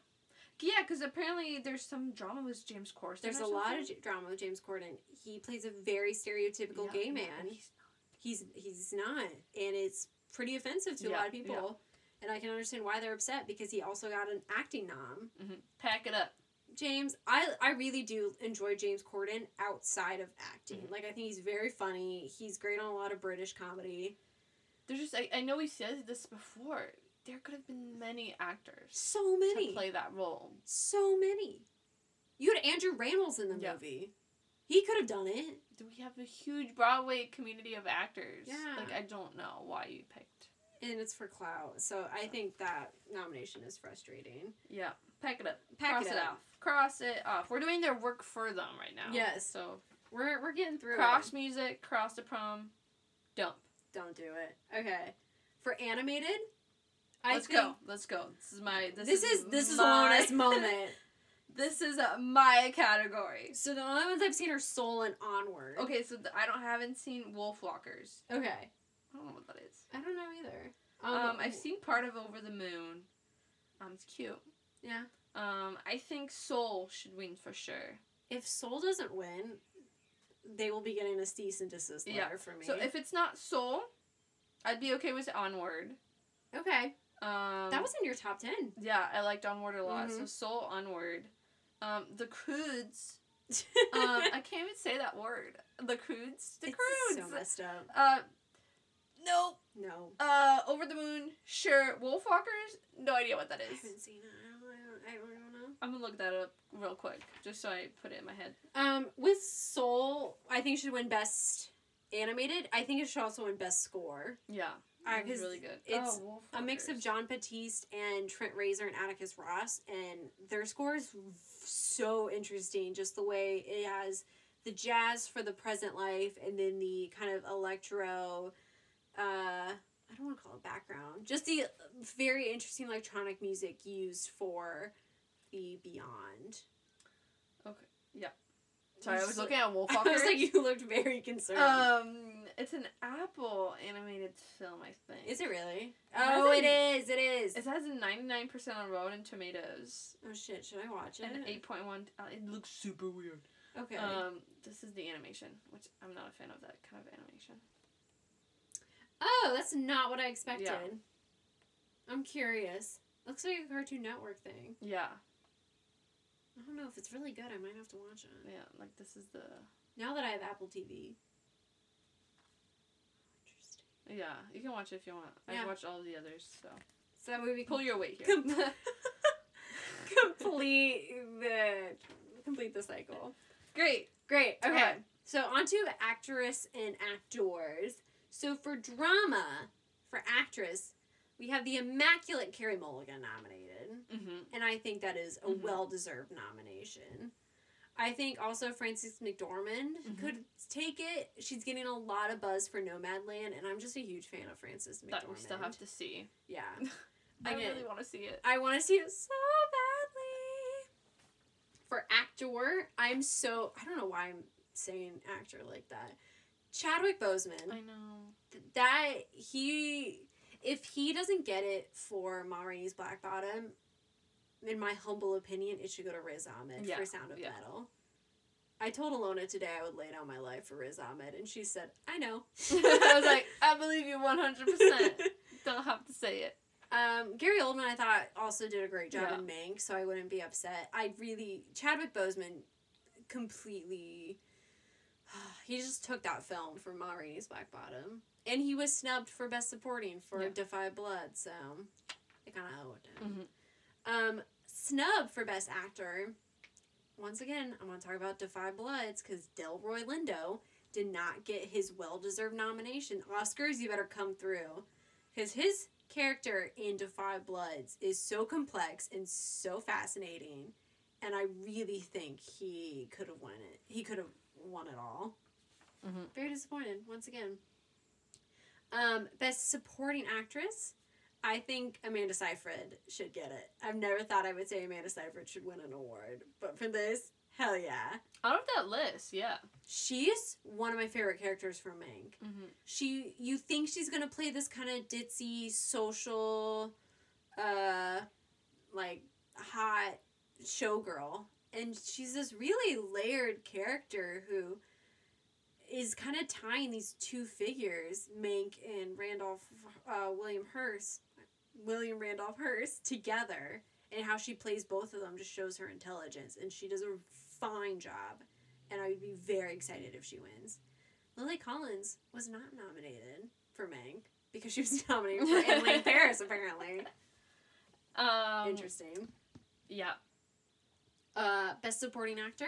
Speaker 2: Yeah, because apparently there's some drama with James Corden.
Speaker 1: There's
Speaker 2: or
Speaker 1: a lot of
Speaker 2: something.
Speaker 1: j- drama with James Corden. He plays a very stereotypical
Speaker 2: Yeah,
Speaker 1: gay
Speaker 2: yeah,
Speaker 1: man.
Speaker 2: he's
Speaker 1: He's he's not, and it's pretty offensive to a
Speaker 2: Yeah,
Speaker 1: lot of people. And I can understand why they're upset because he also got an acting nom.
Speaker 2: not- mhm. Pack it up.
Speaker 1: James, I I really do enjoy James Corden outside of acting.
Speaker 2: Mhm.
Speaker 1: Like I think he's very funny. He's great on a lot of British comedy.
Speaker 2: There's just I, I know he says this before. There could have been many actors
Speaker 1: So many.
Speaker 2: to play that role.
Speaker 1: So many. You had Andrew Rannells in the
Speaker 2: Yeah.
Speaker 1: movie. He could have done it.
Speaker 2: Do we have a huge Broadway community of actors?
Speaker 1: Yeah.
Speaker 2: Like I don't know why you picked.
Speaker 1: And it's for clout. So I think that nomination is frustrating.
Speaker 2: Yeah. Pack it up.
Speaker 1: Pack
Speaker 2: Cross
Speaker 1: it
Speaker 2: it,
Speaker 1: up.
Speaker 2: off. Cross it off. We're doing their work for them right now.
Speaker 1: Yes.
Speaker 2: So
Speaker 1: We're, we're getting through
Speaker 2: cross
Speaker 1: it.
Speaker 2: music, cross the prom, dump.
Speaker 1: Don't do it. Okay. For animated,
Speaker 2: Let's go. Let's go. This is my. This,
Speaker 1: This, is, this is
Speaker 2: my,
Speaker 1: Lona's moment.
Speaker 2: this is uh, my category.
Speaker 1: So the only ones I've seen are Soul and Onward.
Speaker 2: Okay, so th- I don't haven't seen Wolf Walkers.
Speaker 1: Okay.
Speaker 2: I don't know what that is.
Speaker 1: I don't know either.
Speaker 2: Um, I've seen part of Over the Moon. Um, it's cute.
Speaker 1: Yeah.
Speaker 2: Um, I think Soul should win for sure.
Speaker 1: If Soul doesn't win, they will be getting a cease and desist letter
Speaker 2: Yeah.
Speaker 1: for me.
Speaker 2: So if it's not Soul, I'd be okay with Onward.
Speaker 1: okay.
Speaker 2: Um,
Speaker 1: that was in your top 10.
Speaker 2: Yeah, I liked Onward a lot. So
Speaker 1: Mhm.
Speaker 2: Soul Onward. Um, the Crudes. Um, I can't even say that word. The Crudes. The
Speaker 1: It's so
Speaker 2: Crudes.
Speaker 1: messed up.
Speaker 2: uh, nope.
Speaker 1: No.
Speaker 2: Uh, Over the Moon. Sure. Wolfwalkers. No idea what that
Speaker 1: I
Speaker 2: is.
Speaker 1: haven't seen it. I don't- I don't, I don't know.
Speaker 2: I'm gonna look that up real quick, just so I put it in my head.
Speaker 1: Um, with Soul, I think it should win Best Animated. I think it should also win Best Score.
Speaker 2: Yeah.
Speaker 1: Uh,
Speaker 2: it was
Speaker 1: 'cause
Speaker 2: really good.
Speaker 1: it's
Speaker 2: oh,
Speaker 1: A mix of
Speaker 2: Wolfwalkers.
Speaker 1: John Batiste and Trent Reznor and Atticus Ross, and their score is so interesting. Just the way it has the jazz for the present life, and then the kind of electro. Uh, I don't want to call it background. Just the very interesting electronic music used for the beyond.
Speaker 2: Sorry, I was
Speaker 1: Just-
Speaker 2: looking at Uh, Wolfwalkers.
Speaker 1: I was like, you looked very concerned.
Speaker 2: um, it's an Apple animated film, I think.
Speaker 1: Is it really?
Speaker 2: has
Speaker 1: Oh,
Speaker 2: a-
Speaker 1: it is. It is.
Speaker 2: It has a ninety nine percent on Rotten Tomatoes
Speaker 1: Oh shit! Should I watch it?
Speaker 2: and eight point one. uh, It looks super weird.
Speaker 1: Okay.
Speaker 2: Um, this is the animation, which I'm not a fan of that kind of animation.
Speaker 1: oh, that's not what I expected.
Speaker 2: Yeah.
Speaker 1: I'm curious. Looks like a Cartoon Network thing.
Speaker 2: Yeah,
Speaker 1: I don't know if it's really good. I might have to watch it
Speaker 2: yeah. Like this is the
Speaker 1: now that I have Apple TV. Interesting.
Speaker 2: yeah. You can watch it if you want.
Speaker 1: Yeah.
Speaker 2: I've watched all the others, so
Speaker 1: So that movie
Speaker 2: pull your weight here.
Speaker 1: com- complete the complete the cycle.
Speaker 2: Great.
Speaker 1: Great. Okay.
Speaker 2: Alright.
Speaker 1: So on to actress and actors. So for drama, for actress, we have the immaculate Carrie Mulligan nominated,
Speaker 2: Mm-hmm.
Speaker 1: and I think that is a
Speaker 2: Mhm.
Speaker 1: well-deserved nomination. I think also Frances McDormand
Speaker 2: Mhm.
Speaker 1: could take it. She's getting a lot of buzz for Nomadland, and I'm just a huge fan of Frances McDormand.
Speaker 2: That we still have to see.
Speaker 1: yeah.
Speaker 2: I
Speaker 1: Again.
Speaker 2: really want to see it.
Speaker 1: I want to see it so badly. For actor, I'm so I don't know why I'm saying actor like that. Chadwick
Speaker 2: I
Speaker 1: Boseman.
Speaker 2: know.
Speaker 1: Th- That he if he doesn't get it for Ma Rainey's Black Bottom, in my humble opinion, it should go to Riz Ahmed
Speaker 2: Yeah,
Speaker 1: for Sound of
Speaker 2: yeah.
Speaker 1: Metal. I told Alona today I would lay down my life for Riz Ahmed, and she said, "I know."
Speaker 2: I was like, I believe you one hundred percent. Don't have to say it.
Speaker 1: Um, Gary Oldman, I thought, also did a great job
Speaker 2: Yeah.
Speaker 1: in Mank, so I wouldn't be upset. I really Chadwick Boseman completely. He just took that film from Ma Rainey's Black Bottom, and he was snubbed for Best Supporting for
Speaker 2: Yeah.
Speaker 1: Defy Blood, so I kind of owe it to him.
Speaker 2: Mhm.
Speaker 1: Um, snub for Best Actor. Once again, I'm going to talk about Defy Bloods because Delroy Lindo did not get his well deserved nomination. Oscars, you better come through. Because his character in Defy Bloods is so complex and so fascinating. And I really think he could have won it. He could have won it all.
Speaker 2: Mhm.
Speaker 1: Very disappointed, once again. Um, best supporting actress. I think Amanda Seyfried should get it. I've never thought I would say Amanda Seyfried should win an award, but for this, hell yeah.
Speaker 2: Out of that list, yeah.
Speaker 1: She's one of my favorite characters from Mank.
Speaker 2: Mm-hmm.
Speaker 1: She, you think she's gonna play this kind of ditzy, social, uh, like hot showgirl, and she's this really layered character who is kind of tying these two figures, Mank and Randolph uh, William Hearst, William Randolph Hearst, together, and how she plays both of them just shows her intelligence, and she does a fine job, and I would be very excited if she wins. Lily Collins was not nominated for Mank because she was nominated for Emily in Paris, apparently.
Speaker 2: Um,
Speaker 1: Interesting.
Speaker 2: Yeah.
Speaker 1: Uh, best supporting actor.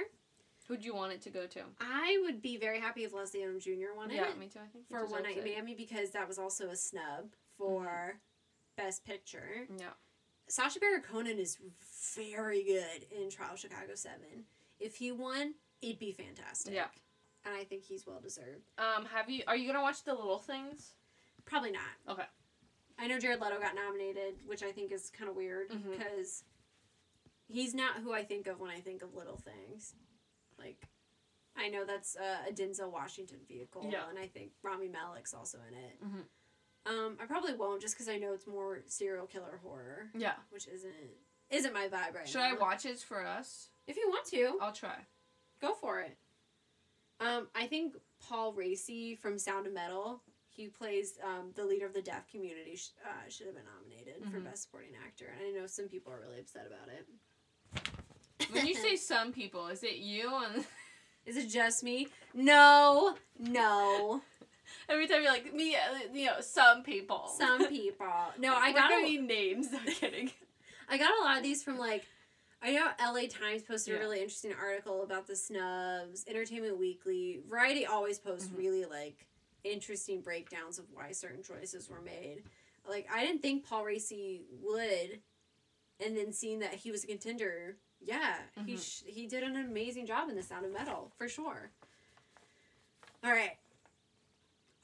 Speaker 2: Who'd you want it to go to?
Speaker 1: I would be very happy if Leslie Odom Jr. won
Speaker 2: yeah,
Speaker 1: it
Speaker 2: me too. Mm-hmm. I think he
Speaker 1: for One
Speaker 2: deserves
Speaker 1: Night in Miami because that was also a snub for Best Picture.
Speaker 2: it. Yeah.
Speaker 1: Sasha Baron Cohen is very good in Trial of Chicago Seven. If he won, it'd be fantastic.
Speaker 2: Yeah.
Speaker 1: and I think he's well deserved.
Speaker 2: Um, have you? Are you gonna watch the little things?
Speaker 1: Probably not.
Speaker 2: Okay.
Speaker 1: I know Jared Leto got nominated, which I think is kind of weird
Speaker 2: Mhm.
Speaker 1: because he's not who I think of when I think of little things. Like, I know that's uh, a Denzel Washington vehicle,
Speaker 2: Yeah.
Speaker 1: and I think Rami Malek's also in it.
Speaker 2: Mhm.
Speaker 1: Um, I probably won't just because I know it's more serial killer horror,
Speaker 2: Yeah.
Speaker 1: which isn't isn't my vibe right
Speaker 2: Should
Speaker 1: now.
Speaker 2: I watch it for us?
Speaker 1: If you want to,
Speaker 2: I'll try.
Speaker 1: go for it. Um, I think Paul Racy from Sound of Metal, he plays um, the leader of the deaf community, sh- uh, should have been nominated for
Speaker 2: Mhm.
Speaker 1: Best Supporting Actor. And I know some people are really upset about it.
Speaker 2: When you say some people, is it you? And
Speaker 1: Is it just me? No, no.
Speaker 2: every time you're like me, uh, you know, some people.
Speaker 1: Some people. No, I
Speaker 2: We're
Speaker 1: got
Speaker 2: gonna
Speaker 1: a,
Speaker 2: need names. I'm kidding.
Speaker 1: I got a lot of these from like, I know LA Times posted a
Speaker 2: Yeah.
Speaker 1: really interesting article about the snubs. Entertainment Weekly, Variety always posts
Speaker 2: Mhm.
Speaker 1: really like interesting breakdowns of why certain choices were made. Like I didn't think Paul Racy would, and then seeing that he was a contender, yeah, he
Speaker 2: Mhm.
Speaker 1: sh- he did an amazing job in The Sound of Metal for sure. All right,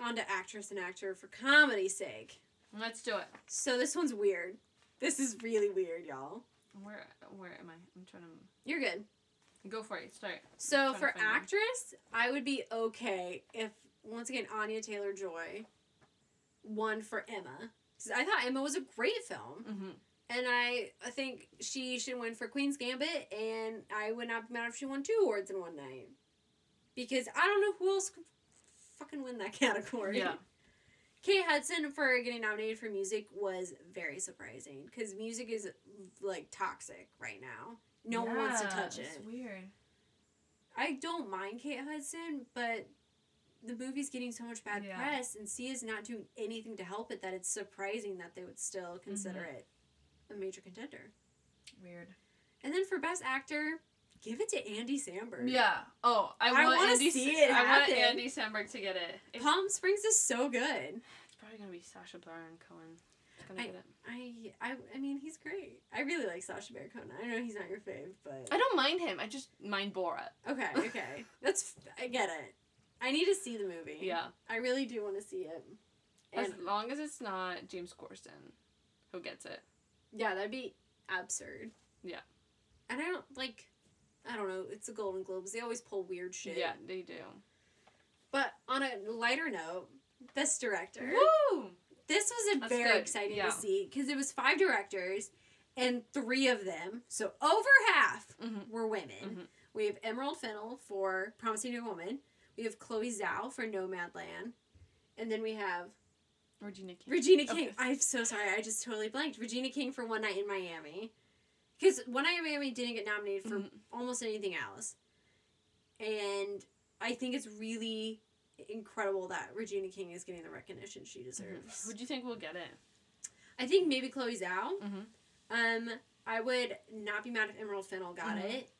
Speaker 1: on to actress and actor for comedy's sake.
Speaker 2: Let's do it.
Speaker 1: So this one's weird. This is really weird, y'all.
Speaker 2: Where Where am I? I'm trying to
Speaker 1: You're good.
Speaker 2: go for it. Start.
Speaker 1: So
Speaker 2: Trying to
Speaker 1: for
Speaker 2: find one.
Speaker 1: actress, I would be okay if once again Anya Taylor Joy won for Emma. 'Cause I thought Emma was a great film,
Speaker 2: Mm-hmm.
Speaker 1: and I I think she should win for Queen's Gambit, and I would not be mad if she won two awards in one night, because I don't know who else could fucking win that category.
Speaker 2: Yeah.
Speaker 1: Kate Hudson for getting nominated for music was very surprising because music is like toxic right now. No one wants to touch
Speaker 2: Yeah,
Speaker 1: it.
Speaker 2: It's weird.
Speaker 1: I don't mind Kate Hudson, but the movie's getting so much bad
Speaker 2: Yeah.
Speaker 1: press, and Sia's not doing anything to help it that it's surprising that they would still
Speaker 2: Mm-hmm.
Speaker 1: consider it a major contender.
Speaker 2: Weird.
Speaker 1: And then for Best Actor, give it to Andy Samberg.
Speaker 2: Yeah. Oh, I
Speaker 1: I
Speaker 2: want
Speaker 1: wanna
Speaker 2: Andy.
Speaker 1: see
Speaker 2: Sa-
Speaker 1: it
Speaker 2: I want
Speaker 1: happen.
Speaker 2: Andy Samberg to get it. It's,
Speaker 1: Palm Springs is so good.
Speaker 2: it's probably gonna be Sasha Baron Cohen. It's gonna get it.
Speaker 1: I, I, I mean, he's great. I really like Sasha Baron Cohen. I know he's not your fave,
Speaker 2: I
Speaker 1: but
Speaker 2: don't mind him. I just mind Borat.
Speaker 1: okay, okay, that's f- I get it. I need to see the movie.
Speaker 2: Yeah.
Speaker 1: I really do want to see it.
Speaker 2: As
Speaker 1: And
Speaker 2: long as it's not James Corsten, who gets it.
Speaker 1: Yeah, that'd be absurd.
Speaker 2: Yeah.
Speaker 1: And I don't like I don't know, it's the Golden Globes. They always pull weird shit.
Speaker 2: Yeah, they do.
Speaker 1: But on a lighter note, this director.
Speaker 2: Woo!
Speaker 1: This was a
Speaker 2: That's
Speaker 1: very
Speaker 2: good,
Speaker 1: exciting
Speaker 2: yeah.
Speaker 1: to see because it was five directors and three of them, so over half
Speaker 2: Mhm.
Speaker 1: were women.
Speaker 2: Mhm.
Speaker 1: We have Emerald Fennel for Promising Young Woman. We have Chloe Zhao for Nomadland. And then we have
Speaker 2: Regina King.
Speaker 1: Regina
Speaker 2: Okay.
Speaker 1: King. I'm so sorry. I just totally blanked. Regina King for One Night in Miami. Because One Night in Miami didn't get nominated for
Speaker 2: Mhm.
Speaker 1: almost anything else. And I think it's really incredible that Regina King is getting the recognition she deserves.
Speaker 2: Who do you think will get it?
Speaker 1: I think maybe Chloe Zhao.
Speaker 2: Mhm.
Speaker 1: Um, I would not be mad if Emerald Fennel got
Speaker 2: Mhm.
Speaker 1: it.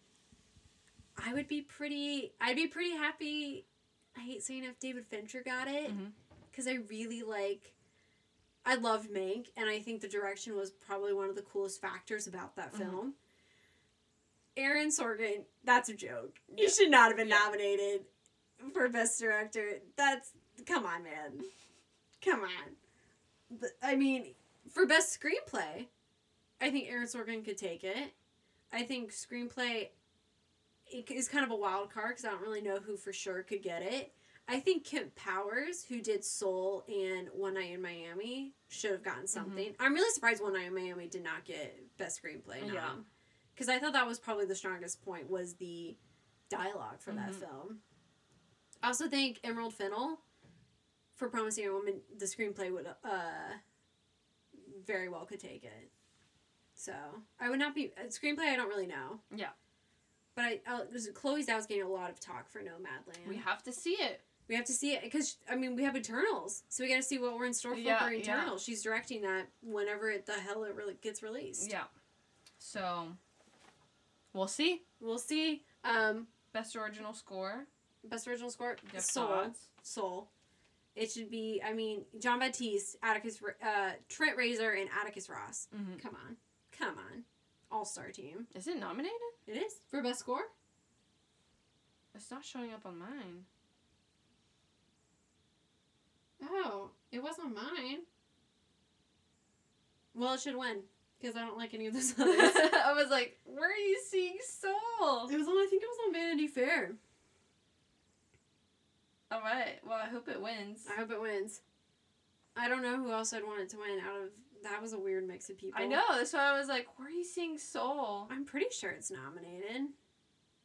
Speaker 1: I would be pretty. I'd be pretty happy. I hate saying if David Fincher got it
Speaker 2: Mhm.
Speaker 1: because I really like. I loved Mank, and I think the direction was probably one of the coolest factors about that
Speaker 2: Mhm.
Speaker 1: film. Aaron Sorkin, that's a joke. You
Speaker 2: Yeah.
Speaker 1: should not have been
Speaker 2: Yeah.
Speaker 1: nominated for best director. That's come on, man. Come on. Th- I mean, for best screenplay, I think Aaron Sorkin could take it. I think screenplay it is kind of a wild card because I don't really know who for sure could get it. I think Kemp Powers, who did Soul and One Night in Miami, should have gotten something. I'm really surprised One Night in Miami did not get best screenplay nom.
Speaker 2: Yeah.
Speaker 1: Because I thought that was probably the strongest point was the dialogue for that
Speaker 2: Mhm.
Speaker 1: film. I also think Emerald Fennel for Promising Young Woman, the screenplay would uh, very well could take it. So I would not be uh, screenplay. I don't really know.
Speaker 2: Yeah.
Speaker 1: But I, uh, I was, Chloe Zhao's getting a lot of talk for Nomadland.
Speaker 2: We have to see it.
Speaker 1: We have to see it because I mean we have Eternals, so we got to see what we're in store for
Speaker 2: Yeah,
Speaker 1: for
Speaker 2: yeah.
Speaker 1: Eternals. She's directing that whenever it, the hell it really gets released.
Speaker 2: Yeah. So, we'll see.
Speaker 1: We'll see. Um,
Speaker 2: Best original score.
Speaker 1: best original score,
Speaker 2: Get
Speaker 1: Soul.
Speaker 2: thoughts.
Speaker 1: Soul. It should be. I mean, John Baptiste, Atticus, Ra- uh, Trent Razor, and Atticus Ross.
Speaker 2: Mhm.
Speaker 1: Come on, come on, all star team.
Speaker 2: Is it nominated?
Speaker 1: It is for best score.
Speaker 2: It's not showing up on mine.
Speaker 1: Oh, it wasn't mine. Well, it should win because I don't like any of those others.
Speaker 2: I was like, where are you seeing Soul?
Speaker 1: It was on. I think it was on Vanity Fair.
Speaker 2: All right. Well, I hope it wins.
Speaker 1: I hope it wins. I don't know who else I'd want it to win out of. That was a weird mix of people.
Speaker 2: I know. That's why I was like, where are you seeing Soul?
Speaker 1: I'm pretty sure it's nominated.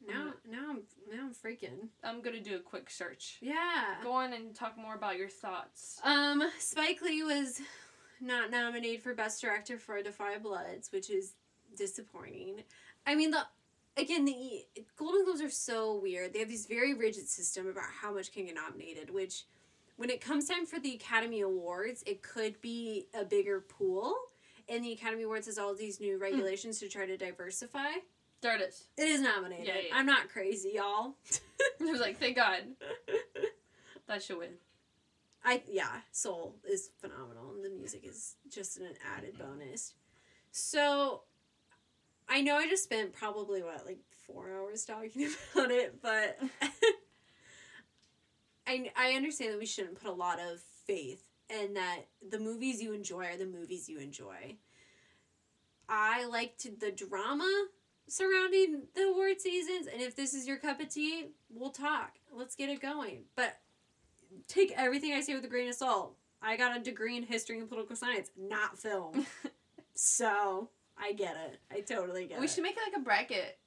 Speaker 1: Now,
Speaker 2: Mm.
Speaker 1: now I'm now I'm freaking.
Speaker 2: I'm gonna do a quick search.
Speaker 1: Yeah.
Speaker 2: Go on and talk more about your thoughts.
Speaker 1: Um, Spike Lee was not nominated for Best Director for Defy Bloods, which is disappointing. I mean, the again the E, Golden Globes are so weird. They have this very rigid system about how much can get nominated, which when it comes time for the Academy Awards, it could be a bigger pool. And the Academy Awards has all these
Speaker 2: Hmm.
Speaker 1: new regulations to try to diversify.
Speaker 2: There it is.
Speaker 1: It is nominated.
Speaker 2: Yeah, yeah.
Speaker 1: I'm not crazy, y'all.
Speaker 2: I was like, thank God. That should win.
Speaker 1: I yeah, Soul is phenomenal, and the music is just an added bonus. So, I know I just spent probably what like four hours talking about it, but I I understand that we shouldn't put a lot of faith in that the movies you enjoy are the movies you enjoy. I liked the drama surrounding the award seasons, and if this is your cup of tea, we'll talk. Let's get it going. But take everything I say with a grain of salt. I got a degree in history and political science, not film. so I get it. I totally get
Speaker 2: we
Speaker 1: it.
Speaker 2: should make like a bracket.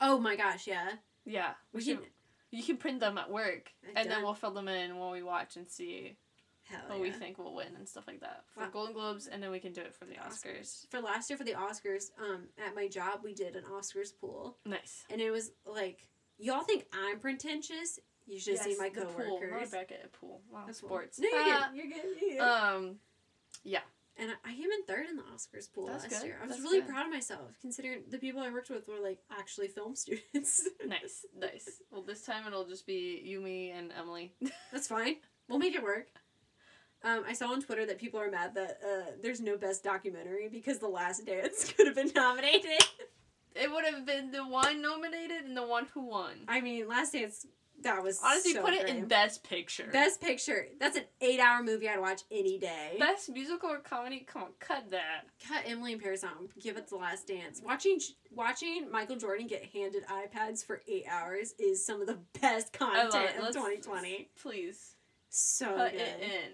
Speaker 1: oh my gosh, yeah.
Speaker 2: Yeah, we,
Speaker 1: We
Speaker 2: should.
Speaker 1: can.
Speaker 2: You can print them at work,
Speaker 1: I
Speaker 2: and then
Speaker 1: done-
Speaker 2: we'll fill them in when we watch and see
Speaker 1: Hell
Speaker 2: what
Speaker 1: yeah.
Speaker 2: we think will win and stuff like that for
Speaker 1: Wow.
Speaker 2: Golden Globes, and then we can do it for the Oscars.
Speaker 1: For last year for the Oscars, um, at my job we did an Oscars pool,
Speaker 2: Nice.
Speaker 1: and it was like, y'all think I'm pretentious? You should see my
Speaker 2: the pool, not a
Speaker 1: coworkers.
Speaker 2: bracket, a pool. Wow,
Speaker 1: The pool.
Speaker 2: sports.
Speaker 1: No, you're
Speaker 2: Ah,
Speaker 1: good. You're good. You're good.
Speaker 2: um,
Speaker 1: and I- I came in third in the Oscars pool
Speaker 2: That's
Speaker 1: last
Speaker 2: good.
Speaker 1: year. I was
Speaker 2: That's
Speaker 1: really
Speaker 2: good.
Speaker 1: proud of myself, considering the people I worked with were like actually film students.
Speaker 2: nice, nice. Well, this time it'll just be you, me, and Emily.
Speaker 1: That's fine. We'll make it work. Um, I saw on Twitter that people are mad that uh, there's no best documentary because The Last Dance could have been nominated.
Speaker 2: It would have been the one nominated and the one who won.
Speaker 1: I mean, Last Dance that was
Speaker 2: Honestly,
Speaker 1: so
Speaker 2: put it
Speaker 1: great.
Speaker 2: in Best Picture.
Speaker 1: Best Picture. That's an eight-hour movie I'd watch any day.
Speaker 2: Best musical or comedy? Come on, cut that.
Speaker 1: Cut Emily in Paris out. Give it The Last Dance. Watching watching Michael Jordan get handed iPads for eight hours is some of the best
Speaker 2: I love
Speaker 1: content
Speaker 2: it.
Speaker 1: of
Speaker 2: Let's-
Speaker 1: 2020.
Speaker 2: Please
Speaker 1: So
Speaker 2: put
Speaker 1: good.
Speaker 2: it in.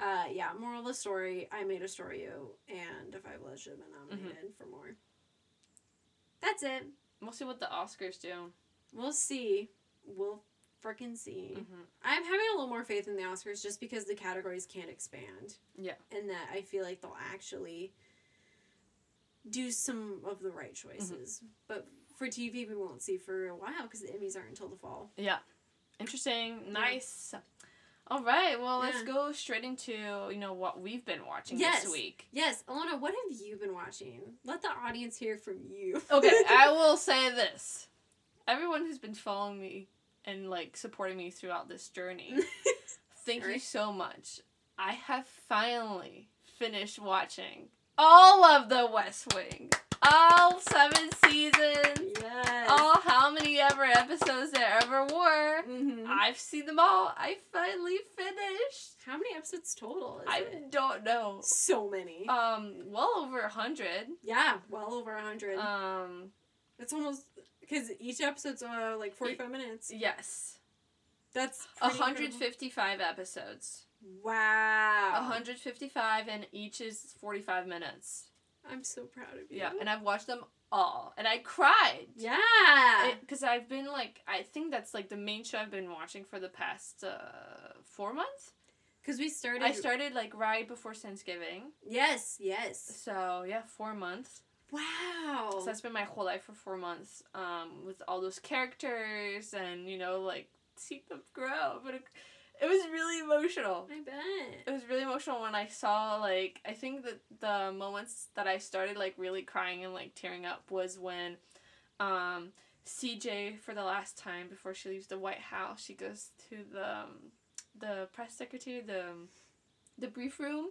Speaker 1: Uh, yeah, moral of the story, I made a story you, and if I was, should have been
Speaker 2: Mm-hmm.
Speaker 1: nominated for more. That's it.
Speaker 2: We'll see what the Oscars do.
Speaker 1: We'll see. We'll frickin' see.
Speaker 2: Mhm.
Speaker 1: I'm having a little more faith in the Oscars just because the categories can't expand.
Speaker 2: Yeah.
Speaker 1: And that I feel like they'll actually do some of the right
Speaker 2: Mm-hmm.
Speaker 1: choices. But for TV, we won't see for a while because the Emmys aren't until the fall.
Speaker 2: Interesting. Nice. All right. Well, let's
Speaker 1: Yeah.
Speaker 2: go straight into you know what we've been watching
Speaker 1: Yes.
Speaker 2: this week.
Speaker 1: Yes, Alana, what have you been watching? Let the audience hear from you.
Speaker 2: Okay, I will say this. Everyone who's been following me and like supporting me throughout this journey, thank
Speaker 1: Sorry.
Speaker 2: you so much. I have finally finished watching all of the West Wing. All seven seasons.
Speaker 1: yes.
Speaker 2: All how many ever episodes there ever were.
Speaker 1: Mhm.
Speaker 2: I've seen them all. I finally finished.
Speaker 1: How many episodes total is
Speaker 2: I
Speaker 1: it?
Speaker 2: don't know.
Speaker 1: So many.
Speaker 2: Um, well over a hundred.
Speaker 1: yeah, well over a hundred.
Speaker 2: Um,
Speaker 1: That's almost because each episode's uh, like forty-five minutes.
Speaker 2: yes,
Speaker 1: That's pretty incredible.
Speaker 2: 155 episodes.
Speaker 1: Wow.
Speaker 2: Uh-huh. 155, and each is 45 minutes.
Speaker 1: I'm so proud of you.
Speaker 2: Yeah, and I've watched them all, and I cried.
Speaker 1: yeah.
Speaker 2: Because I've been like, I think that's like the main show I've been watching for the past uh, four months.
Speaker 1: Because we started.
Speaker 2: I started like right before Thanksgiving,
Speaker 1: Yes. Yes.
Speaker 2: so yeah, four months.
Speaker 1: Wow.
Speaker 2: So that's been my whole life for four months, um, with all those characters and you know like see them grow. But it, it was really emotional.
Speaker 1: I bet.
Speaker 2: It was really emotional when I saw like I think that the moments that I started like really crying and like tearing up was when, um, CJ for the last time before she leaves the White House, she goes to the um, the press secretary the um, the brief room.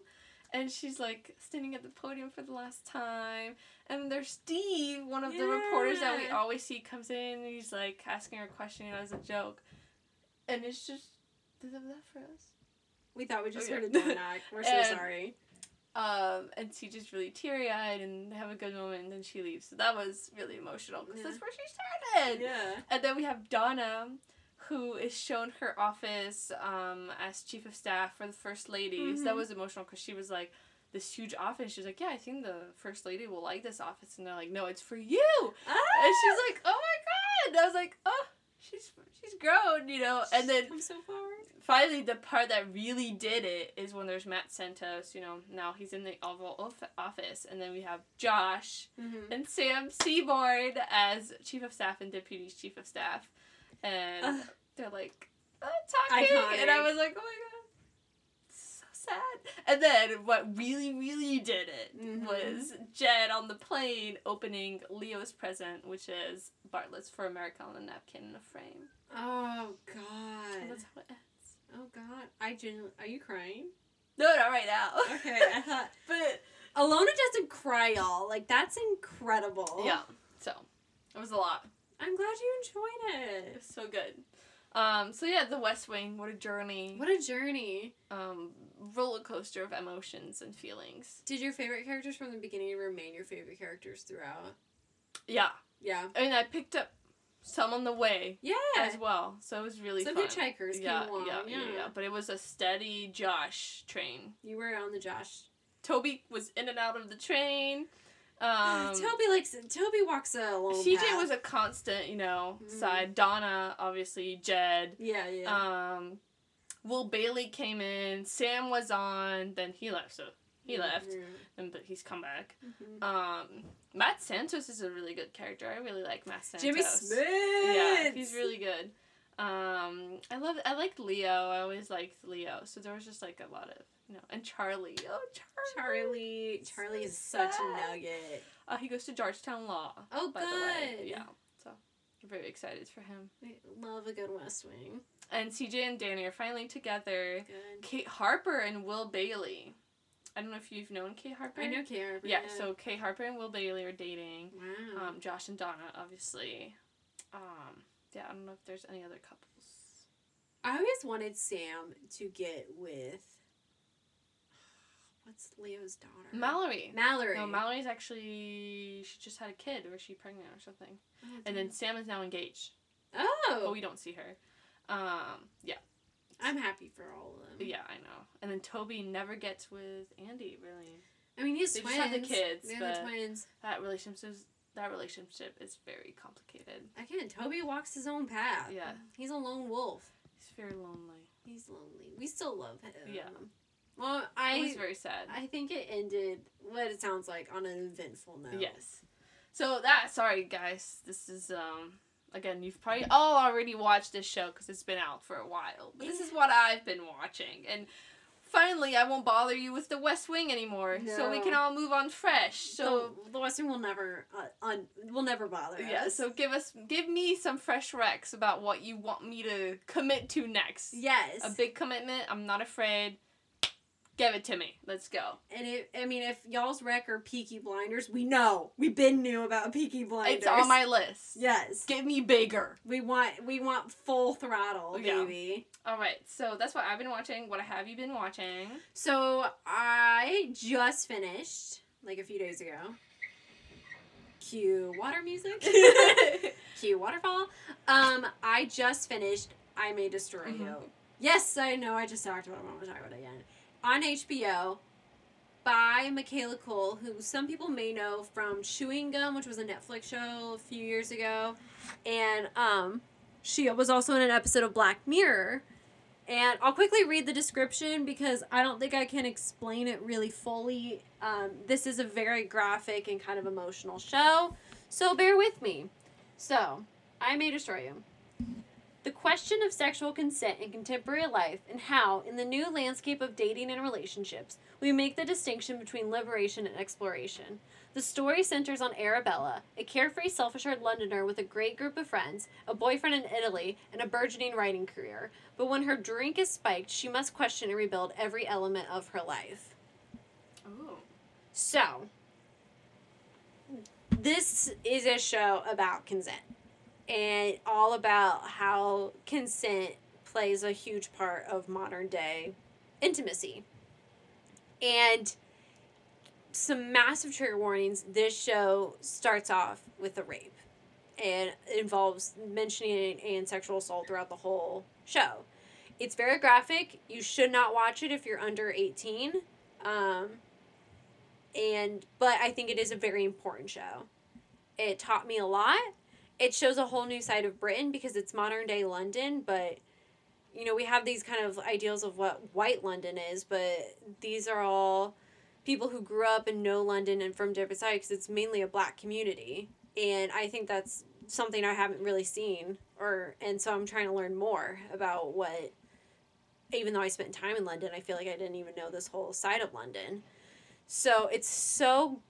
Speaker 2: And she's like standing at the podium for the last time. And there's Steve, one of the reporters that we
Speaker 1: Yeah.
Speaker 2: always see, comes in and he's like asking her a question as a joke. And it's just, did that for us?
Speaker 1: We thought we just
Speaker 2: Okay.
Speaker 1: heard a door knock. We're so
Speaker 2: And-
Speaker 1: sorry.
Speaker 2: Um, and she just really teary eyed and they have a good moment, and then she leaves. So that was really emotional because
Speaker 1: Yeah.
Speaker 2: that's where she started.
Speaker 1: Yeah.
Speaker 2: And then we have Donna, who is shown her office um, as chief of staff for the first lady. So that
Speaker 1: Mhm.
Speaker 2: was emotional because she was like, this huge office. She's like, yeah, I think the first lady will like this office, and they're like, no, it's for you.
Speaker 1: Ah!
Speaker 2: And she's like, oh my god. And I was like, oh, she's she's grown, you know. And then
Speaker 1: Ah! I'm so forward.
Speaker 2: finally, the part that really did it is when there's Matt Santos. You know, now he's in the Oval of- Office, and then we have Josh
Speaker 1: Mm-hmm.
Speaker 2: and Sam Seaboard as Chief of Staff and Deputy Chief of Staff, and
Speaker 1: Ugh.
Speaker 2: they're like oh, talking, and I
Speaker 1: Iconic.
Speaker 2: was like, oh my god, so sad. And then what really, really did it
Speaker 1: Mhm.
Speaker 2: was Jed on the plane opening Leo's present, which is Bartlett's for America on a napkin in a frame.
Speaker 1: Oh
Speaker 2: And
Speaker 1: God.
Speaker 2: that's how it ends.
Speaker 1: Oh God. I genuinely. Are you crying?
Speaker 2: No, not right now.
Speaker 1: Okay. I thought.
Speaker 2: but
Speaker 1: Alona doesn't cry, y'all. Like that's incredible.
Speaker 2: yeah, so it was a lot.
Speaker 1: I'm glad you enjoyed
Speaker 2: It
Speaker 1: it.
Speaker 2: was so good. Um, so yeah, The West Wing. What a journey.
Speaker 1: What a journey.
Speaker 2: um, roller coaster of emotions and feelings.
Speaker 1: Did your favorite characters from the beginning remain your favorite characters throughout?
Speaker 2: Yeah,
Speaker 1: Yeah.
Speaker 2: and I picked up some on the way
Speaker 1: Yeah.
Speaker 2: as well. So it was really
Speaker 1: Some
Speaker 2: fun.
Speaker 1: hitchhikers
Speaker 2: yeah,
Speaker 1: came along.
Speaker 2: yeah,
Speaker 1: Yeah,
Speaker 2: yeah, yeah. But it was a steady Josh train.
Speaker 1: You were on the Josh.
Speaker 2: Toby was in and out of the train. Um,
Speaker 1: Toby likes Toby walks a long
Speaker 2: CJ
Speaker 1: path.
Speaker 2: was a constant, you know,
Speaker 1: Mhm.
Speaker 2: side. Donna, obviously, Jed.
Speaker 1: Yeah, yeah.
Speaker 2: Um, Will Bailey came in. Sam was on. Then he left. So he
Speaker 1: Mm-hmm.
Speaker 2: left. And but he's come back.
Speaker 1: Mhm.
Speaker 2: Um, Matt Santos is a really good character. I really like Matt Santos.
Speaker 1: Jimmy Smith.
Speaker 2: Yeah, he's really good. Um, I love I like Leo. I always liked Leo. So there was just like a lot of you know, and Charlie. Oh,
Speaker 1: Charlie.
Speaker 2: Charlie. So
Speaker 1: Charlie is such a
Speaker 2: sad.
Speaker 1: nugget.
Speaker 2: Uh, he goes to Georgetown Law.
Speaker 1: Oh,
Speaker 2: by the
Speaker 1: good.
Speaker 2: way. Yeah. So I'm very excited for him.
Speaker 1: We love a good West Wing.
Speaker 2: And CJ and Danny are finally together.
Speaker 1: Good.
Speaker 2: Kate Harper and Will Bailey. I don't know if you've known Kate Harper.
Speaker 1: I know Kara.
Speaker 2: Yeah, so Kate Harper and Will Bailey are dating.
Speaker 1: wow.
Speaker 2: Um, Josh and Donna, obviously. Um, yeah, I don't know if there's any other couples.
Speaker 1: I always wanted Sam to get with what's Leo's daughter?
Speaker 2: Mallory.
Speaker 1: Mallory.
Speaker 2: No, Mallory's actually she just had a kid or she pregnant or something.
Speaker 1: Oh,
Speaker 2: And then Sam is now engaged, but
Speaker 1: oh,
Speaker 2: we don't see her. Um, yeah,
Speaker 1: I'm happy for all of them.
Speaker 2: yeah, I know. And then Toby never gets with Andy really.
Speaker 1: I mean, he has
Speaker 2: They just
Speaker 1: twins.
Speaker 2: have the kids,
Speaker 1: They're
Speaker 2: but-
Speaker 1: the twins.
Speaker 2: That relationship is that relationship is very complicated.
Speaker 1: Again, Toby walks his own path.
Speaker 2: Yeah.
Speaker 1: He's a lone wolf.
Speaker 2: He's very lonely.
Speaker 1: He's lonely. We still love him.
Speaker 2: Yeah.
Speaker 1: Well,
Speaker 2: I,
Speaker 1: I
Speaker 2: it was very sad.
Speaker 1: I think it ended what it sounds like on an eventful note.
Speaker 2: Yes. So that sorry guys, this is um again you've probably all already watched this show because it's been out for a while. But this is what I've been watching, and finally I won't bother you with the West Wing anymore, so we
Speaker 1: No.
Speaker 2: can all move on fresh. So.
Speaker 1: So the, the Western will never uh, un, will never bother
Speaker 2: Yeah,
Speaker 1: us.
Speaker 2: so give us give me some fresh recs about what you want me to commit to next.
Speaker 1: yes.
Speaker 2: A big commitment, I'm not afraid. Give it to me. Let's go.
Speaker 1: And it, I mean, if y'all's wreck are Peaky Blinders, we know we've been new about Peaky Blinders.
Speaker 2: It's on my list.
Speaker 1: yes.
Speaker 2: Give me bigger.
Speaker 1: We want we want full throttle,
Speaker 2: Yeah.
Speaker 1: baby.
Speaker 2: All right, so that's what I've been watching. What have you been watching?
Speaker 1: So I just finished like a few days ago. Cue water music. Cue waterfall. Um, I just finished I May Destroy You.
Speaker 2: Mhm.
Speaker 1: Yes, I know. I just talked about. it. I want to talk about it again on HBO by Michaela Cole, who some people may know from Chewing Gum, which was a Netflix show a few years ago, and um, she was also in an episode of Black Mirror. And I'll quickly read the description because I don't think I can explain it really fully. Um, this is a very graphic and kind of emotional show, so bear with me. So, I may destroy you. The question of sexual consent in contemporary life and how, in the new landscape of dating and relationships, we make the distinction between liberation and exploration. The story centers on Arabella, a carefree, self assured Londoner with a great group of friends, a boyfriend in Italy, and a burgeoning writing career. But when her drink is spiked, she must question and rebuild every element of her life.
Speaker 2: Oh.
Speaker 1: So, this is a show about consent and all about how consent plays a huge part of modern day intimacy. And some massive trigger warnings this show starts off with a rape and involves mentioning and sexual assault throughout the whole show. It's very graphic. You should not watch it if you're under 18. Um, and but I think it is a very important show. It taught me a lot. It shows a whole new side of Britain because it's modern day London, but you know, we have these kind of ideals of what white London is, but these are all people who grew up and know London and from different sides 'cause it's mainly a black community. And I think that's something I haven't really seen or and so I'm trying to learn more about what even though I spent time in London, I feel like I didn't even know this whole side of London. So it's so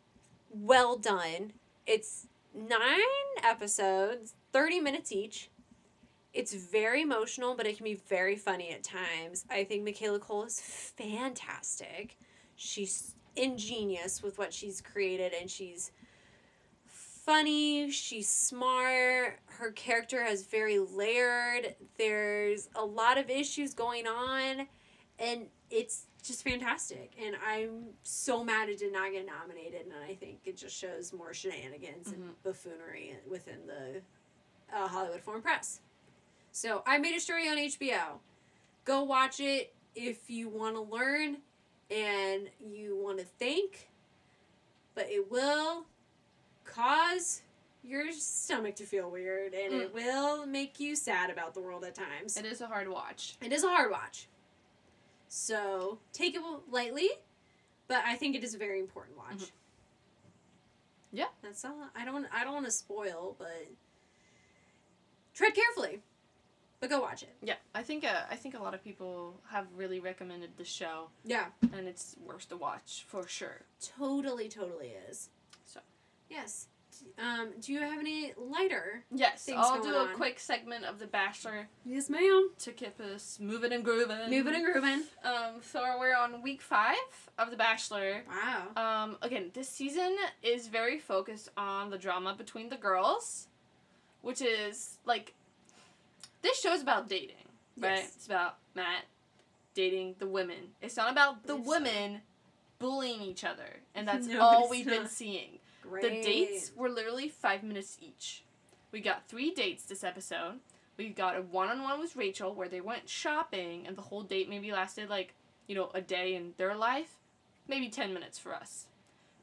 Speaker 1: well done. It's nine episodes, 30 minutes each. It's very emotional, but it can be very funny at times. I think Michaela Cole is fantastic. She's ingenious with what she's created, and she's funny. She's smart. Her character has very layered. There's a lot of issues going on, and it's just fantastic. And I'm so mad it did not get nominated, and I think it just shows more shenanigans and buffoonery within the uh, Hollywood Foreign Press. So I made a story on HBO. Go watch it if you want to learn and you want to think, but it will cause your stomach to feel weird and it will make you sad about the world at times.
Speaker 2: It is a hard watch.
Speaker 1: It is a hard watch. So take it lightly, but I think it is a very important watch.
Speaker 2: Mhm. Yeah.
Speaker 1: That's all. I don't I don't want to spoil, but tread carefully. But go watch it.
Speaker 2: Yeah, I think uh, I think a lot of people have really recommended the show,
Speaker 1: Yeah.
Speaker 2: and it's worth to watch for sure.
Speaker 1: Totally, totally is.
Speaker 2: So.
Speaker 1: Yes. Um, do you have any lighter?
Speaker 2: Yes,
Speaker 1: Things
Speaker 2: I'll
Speaker 1: going
Speaker 2: do a
Speaker 1: on.
Speaker 2: quick segment of The Bachelor
Speaker 1: Yes, ma'am.
Speaker 2: to keep us moving and grooving.
Speaker 1: Moving and grooving.
Speaker 2: Um, so we're on week five of The Bachelor.
Speaker 1: Wow.
Speaker 2: Um, again, this season is very focused on the drama between the girls, which is like this show's about dating, right?
Speaker 1: Yes.
Speaker 2: It's about Matt dating the women. It's not about the
Speaker 1: Believe so.
Speaker 2: women bullying each other, and that's
Speaker 1: No,
Speaker 2: all
Speaker 1: it's
Speaker 2: we've been
Speaker 1: not.
Speaker 2: seeing.
Speaker 1: Great.
Speaker 2: The dates were literally five minutes each. We got three dates this episode. We got a one on one with Rachel where they went shopping, and the whole date maybe lasted like, you know, a day in their life, maybe 10 minutes for us.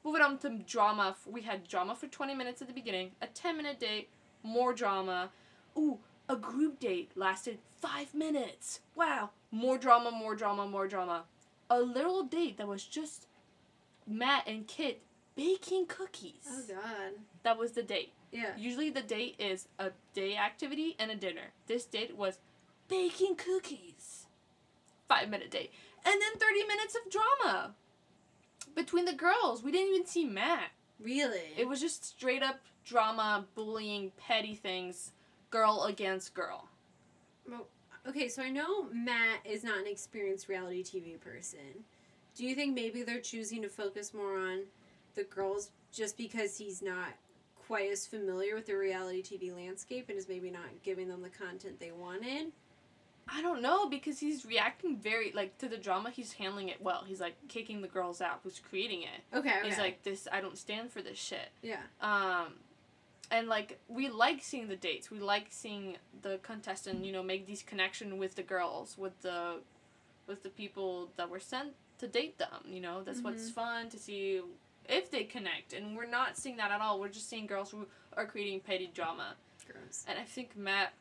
Speaker 2: Moving on to drama, f- we had drama for 20 minutes at the beginning, a 10 minute date, more drama. Ooh, a group date lasted five minutes. Wow, more drama, more drama, more drama. A little date that was just Matt and Kit baking cookies.
Speaker 1: Oh god.
Speaker 2: That was the date.
Speaker 1: Yeah.
Speaker 2: Usually the date is a day activity and a dinner. This date was baking cookies. Five minute date. And then 30 minutes of drama between the girls. We didn't even see Matt.
Speaker 1: Really?
Speaker 2: It was just straight up drama, bullying, petty things, girl against girl.
Speaker 1: Okay, so I know Matt is not an experienced reality TV person. Do you think maybe they're choosing to focus more on the girls just because he's not quite as familiar with the reality TV landscape and is maybe not giving them the content they wanted?
Speaker 2: I don't know because he's reacting very like to the drama. He's handling it well. He's like kicking the girls out. Who's creating it?
Speaker 1: Okay, okay.
Speaker 2: He's like this. I don't stand for this shit.
Speaker 1: yeah,
Speaker 2: um and like we like seeing the dates we like seeing the contestant you know make these connection with the girls with the with the people that were sent to date them you know that's what's fun to see if they connect and we're not seeing that at all we're just seeing girls who are creating petty drama
Speaker 1: gross.
Speaker 2: and i think matt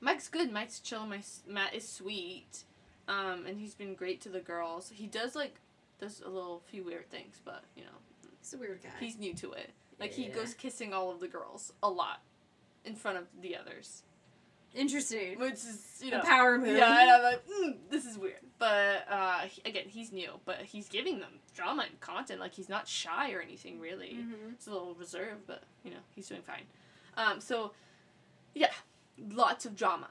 Speaker 2: mike's good mike's chill My, matt is sweet um and he's been great to the girls he does like does a little few weird things but you know
Speaker 1: He's a weird guy.
Speaker 2: He's new to it. Like he
Speaker 1: Yeah.
Speaker 2: goes kissing all of the girls a lot in front of the others,
Speaker 1: Interesting.
Speaker 2: which is you
Speaker 1: A
Speaker 2: know.
Speaker 1: power move.
Speaker 2: Yeah, and I'm like, mm, this is weird. But uh, he- again, he's new, but he's giving them drama and content. Like he's not shy or anything really.
Speaker 1: Mhm.
Speaker 2: He's a little reserved, but you know he's doing fine. Um, so yeah, lots of drama.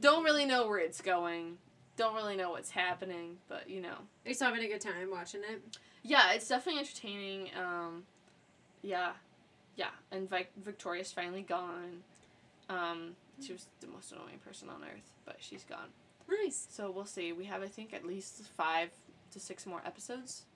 Speaker 2: Don't really know where it's going. Don't really know what's happening, but you know
Speaker 1: Are you still having a good time watching it?
Speaker 2: yeah, it's definitely entertaining. Um, yeah, yeah, and Vic- Victoria's finally gone. Um, she was the most annoying person on earth, but she's gone.
Speaker 1: Nice.
Speaker 2: So we'll see. We have, I think, at least five to six more episodes,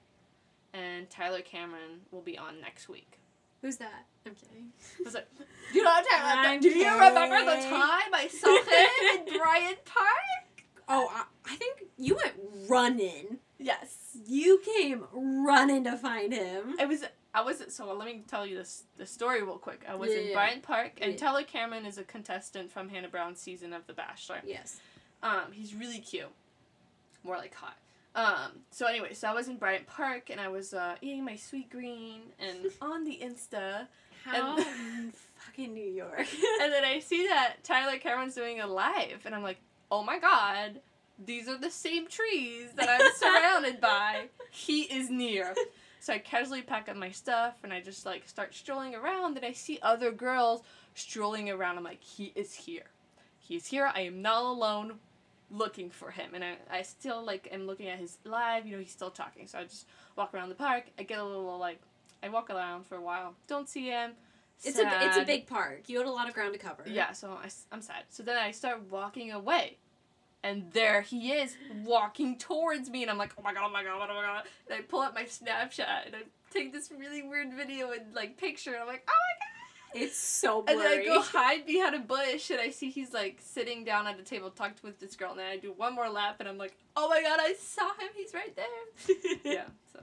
Speaker 2: and Tyler Cameron will be on next week.
Speaker 1: Who's that? I'm kidding.
Speaker 2: Was it- Do not tell like that.
Speaker 1: I'm
Speaker 2: Do you remember the
Speaker 1: kidding.
Speaker 2: time I saw him in Bryant Park?
Speaker 1: Oh, I, I think you went running.
Speaker 2: Yes.
Speaker 1: You came running to find him.
Speaker 2: I was I was so let me tell you this the story real quick. I was
Speaker 1: Yeah,
Speaker 2: in
Speaker 1: yeah.
Speaker 2: Bryant Park and
Speaker 1: Yeah.
Speaker 2: Tyler Cameron is a contestant from Hannah Brown's season of The Bachelor.
Speaker 1: Yes.
Speaker 2: Um, he's really cute. More like hot. Um, so anyway, so I was in Bryant Park and I was uh, eating my sweet green and on the Insta
Speaker 1: How
Speaker 2: And-
Speaker 1: in fucking New York.
Speaker 2: and then I see that Tyler Cameron's doing a live and I'm like, "Oh my god, these are the same trees that I'm surrounded by. He is near." So I casually pack up my stuff and I just like start strolling around and I see other girls strolling around. I'm like, he is here. He is here. I am not alone looking for him. And I, I still like am looking at his live, you know, he's still talking. So I just walk around the park. I get a little like I walk around for a while. Don't see him.
Speaker 1: It's a it's a
Speaker 2: Sad.
Speaker 1: big park. You had a lot of ground to cover.
Speaker 2: Yeah, so I, am sad. So then I start walking away. And there he is, walking towards me. And I'm like, oh my god, oh my god, oh my god. And I pull up my Snapchat and I take this really weird video and like picture. And I'm like, oh my god.
Speaker 1: It's so
Speaker 2: And then I
Speaker 1: blurry.
Speaker 2: go hide behind a bush, and I see he's like sitting down at a table, talked with this girl, and then I do one more lap, and I'm like, oh my god, I saw him, he's right there. yeah, so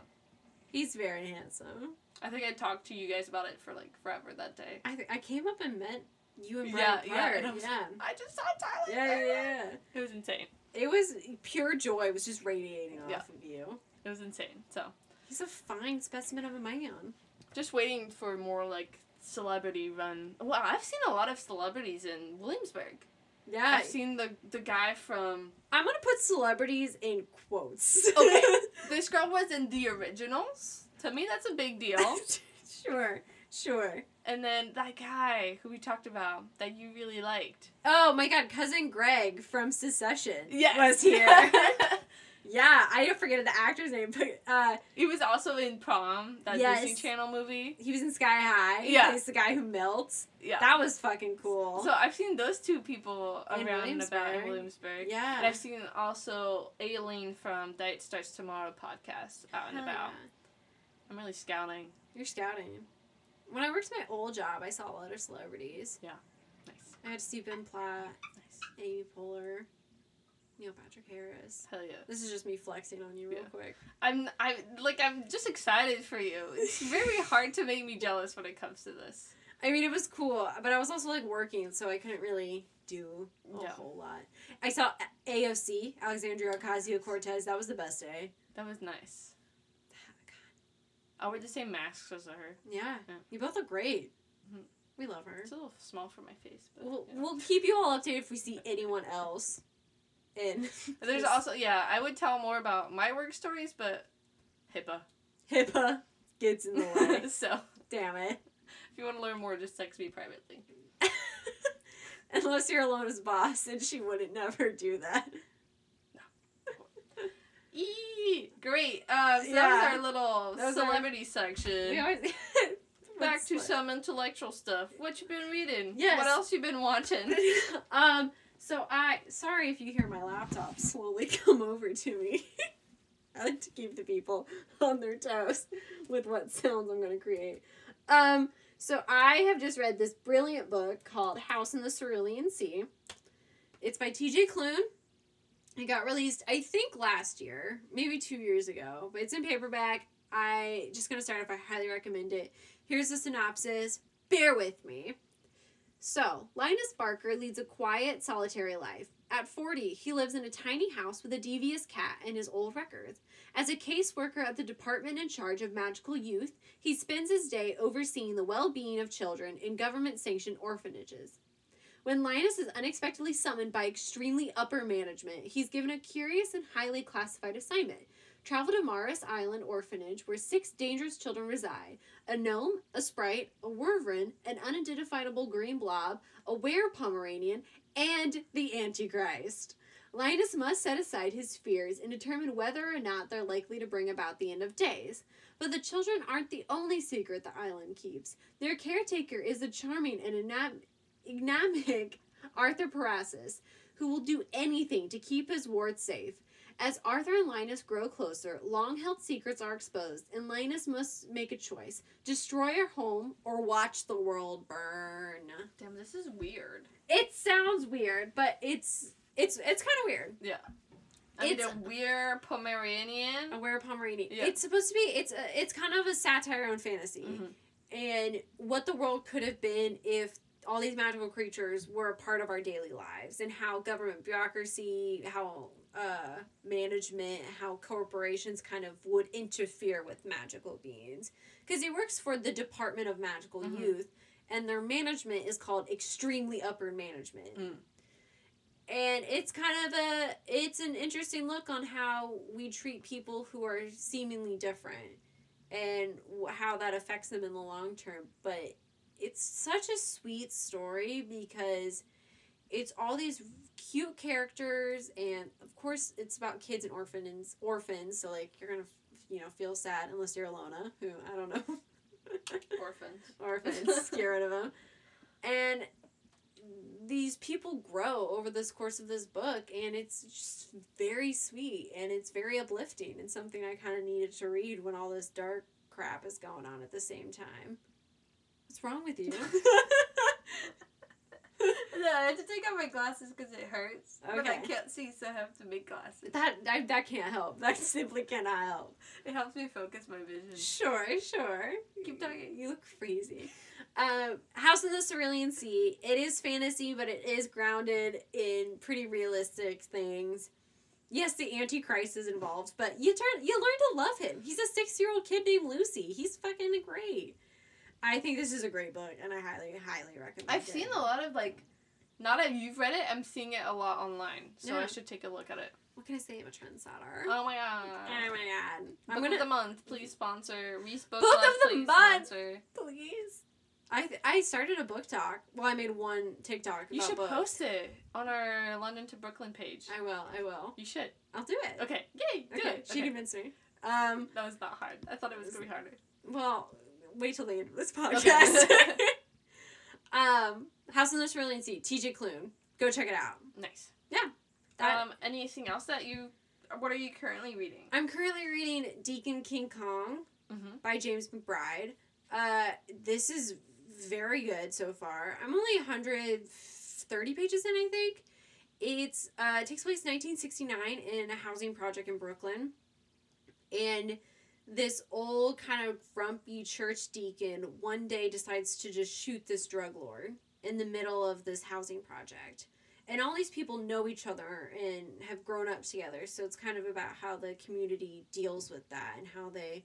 Speaker 1: He's very handsome.
Speaker 2: I think I talked to you guys about it for like forever that day.
Speaker 1: I th- I came up and met you and Brian
Speaker 2: Yeah,
Speaker 1: Park.
Speaker 2: yeah,
Speaker 1: Yeah,
Speaker 2: and I was-
Speaker 1: yeah.
Speaker 2: I just saw Tyler.
Speaker 1: yeah,
Speaker 2: there.
Speaker 1: yeah,
Speaker 2: It was insane.
Speaker 1: It was pure joy. Was just radiating
Speaker 2: Yeah.
Speaker 1: off of you.
Speaker 2: It was insane. So
Speaker 1: He's a fine specimen of a man.
Speaker 2: just waiting for more like celebrity run. Wow, I've seen a lot of celebrities in Williamsburg.
Speaker 1: Yeah,
Speaker 2: I've seen the the guy from
Speaker 1: I'm gonna put celebrities in quotes.
Speaker 2: Okay. this girl was in the originals. To me, that's a big deal.
Speaker 1: sure, sure.
Speaker 2: and then that guy who we talked about that you really liked.
Speaker 1: Oh my god, cousin Greg from Secession was
Speaker 2: Yes.
Speaker 1: here. yeah, I don't forget the actor's name, but uh,
Speaker 2: he was also in Prom, that
Speaker 1: Yes.
Speaker 2: Disney Channel movie.
Speaker 1: he was in Sky High.
Speaker 2: Yeah.
Speaker 1: he's the guy who melts.
Speaker 2: Yeah.
Speaker 1: That was fucking cool.
Speaker 2: so I've seen those two people
Speaker 1: In
Speaker 2: around and about
Speaker 1: Williamsburg.
Speaker 2: in Williamsburg.
Speaker 1: yeah,
Speaker 2: And I've seen also Aileen from Diet Starts Tomorrow podcast out and
Speaker 1: Hell
Speaker 2: about.
Speaker 1: yeah.
Speaker 2: I'm really scouting.
Speaker 1: You're scouting. When I worked my old job, I saw a lot of celebrities.
Speaker 2: Nice.
Speaker 1: I had to see Ben Platt,
Speaker 2: Nice.
Speaker 1: Amy Poehler, Neil Patrick Harris.
Speaker 2: Hell yeah.
Speaker 1: This is just me flexing on you real
Speaker 2: Yeah.
Speaker 1: quick.
Speaker 2: I'm I like I'm just excited for you. It's very hard to make me jealous when it comes to this.
Speaker 1: I mean, it was cool, but I was also like working, so I couldn't really do a
Speaker 2: Yeah.
Speaker 1: whole lot. I saw A- AOC, Alexandria Ocasio Cortez. That was the best day.
Speaker 2: That was nice. I wear the same masks as her.
Speaker 1: Yeah,
Speaker 2: Yeah.
Speaker 1: you both look great.
Speaker 2: Mhm.
Speaker 1: We love her.
Speaker 2: It's a little small for my face, but
Speaker 1: We'll,
Speaker 2: you know.
Speaker 1: we'll keep you all updated if we see anyone else. In
Speaker 2: there's
Speaker 1: this
Speaker 2: also yeah. I would tell more about my work stories, but HIPAA.
Speaker 1: HIPAA gets in the way.
Speaker 2: so if
Speaker 1: Damn it.
Speaker 2: you want to learn more, just text me privately.
Speaker 1: Unless you're Alona's boss, and she wouldn't never do that.
Speaker 2: Eee, great. Um, so
Speaker 1: Yeah.
Speaker 2: that was our little
Speaker 1: That was our-
Speaker 2: celebrity section.
Speaker 1: We always
Speaker 2: Back to
Speaker 1: What's-
Speaker 2: some intellectual stuff. What you been reading?
Speaker 1: Yes.
Speaker 2: What else you been watching?
Speaker 1: um. So I sorry if you hear my laptop slowly come over to me. I like to keep the people on their toes with what sounds I'm going to create. Um. So I have just read this brilliant book called House in the Cerulean Sea. It's by T.J. Klune. It got released, I think, last year, maybe two years ago, but it's in paperback. I just gonna start off. I highly recommend it. Here's the synopsis. Bear with me. So, Linus Barker leads a quiet, solitary life. At 40, he lives in a tiny house with a devious cat and his old records. As a caseworker at the department in charge of magical youth, he spends his day overseeing the well being of children in government sanctioned orphanages. When Linus is unexpectedly summoned by extremely upper management, he's given a curious and highly classified assignment travel to Maris Island Orphanage, where six dangerous children reside a gnome, a sprite, a wyvern, an unidentifiable green blob, a were Pomeranian, and the Antichrist. Linus must set aside his fears and determine whether or not they're likely to bring about the end of days. But the children aren't the only secret the island keeps. Their caretaker is the charming and enam- enigmatic Arthur Parasus, who will do anything to keep his ward safe. As Arthur and Linus grow closer, long held secrets are exposed, and Linus must make a choice destroy her home or watch the world burn.
Speaker 2: Damn, this is weird.
Speaker 1: It sounds weird, but it's it's it's kind of weird.
Speaker 2: I mean,
Speaker 1: It's-
Speaker 2: a weird Pomeranian.
Speaker 1: A were Pomeranian.
Speaker 2: Yeah.
Speaker 1: It's supposed to be it's a, it's kind of a satire on fantasy
Speaker 2: Mhm.
Speaker 1: and what the world could have been if all these magical creatures were a part of our daily lives and how government bureaucracy, how uh, management, how corporations kind of would interfere with magical beings. Because he works for the Department of Magical
Speaker 2: Mhm.
Speaker 1: Youth, and their management is called extremely upper management.
Speaker 2: Mm.
Speaker 1: And it's kind of a it's an interesting look on how we treat people who are seemingly different and wh- how that affects them in the long term. But it's such a sweet story because it's all these cute characters, and of course, it's about kids and orphans. Orphans, so like you're gonna, f- you know, feel sad unless you're Alona, who I don't know,
Speaker 2: Orphans.
Speaker 1: orphans, get rid of them, and these people grow over this course of this book and it's just very sweet and it's very uplifting and something i kind of needed to read when all this dark crap is going on at the same time What's wrong with you?
Speaker 2: No, I have to take off my glasses because it hurts. But I
Speaker 1: Okay.
Speaker 2: can't see, so I have to make glasses.
Speaker 1: that I, that can't help. That simply cannot help.
Speaker 2: It helps me focus my vision.
Speaker 1: Sure, sure.
Speaker 2: Keep talking.
Speaker 1: You look crazy. Um, House in the Cerulean Sea. It is fantasy, but it is grounded in pretty realistic things. Yes, the Antichrist is involved, but you turn you learn to love him. He's a six year old kid named Lucy. He's fucking great. I think this is a great book, and I highly, highly recommend.
Speaker 2: I've
Speaker 1: it.
Speaker 2: seen a lot of like, not that you've read it. I'm seeing it a lot online, so I
Speaker 1: Yeah.
Speaker 2: should take a look at it.
Speaker 1: What can I say? I'm a trendsetter.
Speaker 2: Oh
Speaker 1: oh
Speaker 2: my god.
Speaker 1: my god!
Speaker 2: Book
Speaker 1: I'm
Speaker 2: of the
Speaker 1: gonna
Speaker 2: month, please sponsor. Reese Book,
Speaker 1: Book
Speaker 2: Club,
Speaker 1: of the
Speaker 2: please
Speaker 1: month.
Speaker 2: Sponsor.
Speaker 1: please. I th- I started a book talk. Well, I made one TikTok.
Speaker 2: You
Speaker 1: about
Speaker 2: should
Speaker 1: books.
Speaker 2: post it on our London to Brooklyn page.
Speaker 1: I will. I will.
Speaker 2: You should.
Speaker 1: I'll do it.
Speaker 2: Okay. Yay. Do
Speaker 1: Okay,
Speaker 2: it.
Speaker 1: she
Speaker 2: Okay.
Speaker 1: convinced me. Um,
Speaker 2: That was not hard. I thought it was gonna be harder.
Speaker 1: well, wait till the end of this podcast.
Speaker 2: Okay.
Speaker 1: um, House on the Cerulean Sea, TJ Klune. Go check it out.
Speaker 2: Nice.
Speaker 1: That,
Speaker 2: um. Anything else that you? What are you currently reading?
Speaker 1: I'm currently reading Deacon King Kong
Speaker 2: Mm-hmm.
Speaker 1: by James McBride. Uh, this is very good so far. I'm only 130 pages in, I think. It's uh, it takes place 1969 in a housing project in Brooklyn, and this old kind of grumpy church deacon one day decides to just shoot this drug lord in the middle of this housing project. And all these people know each other and have grown up together, so it's kind of about how the community deals with that and how they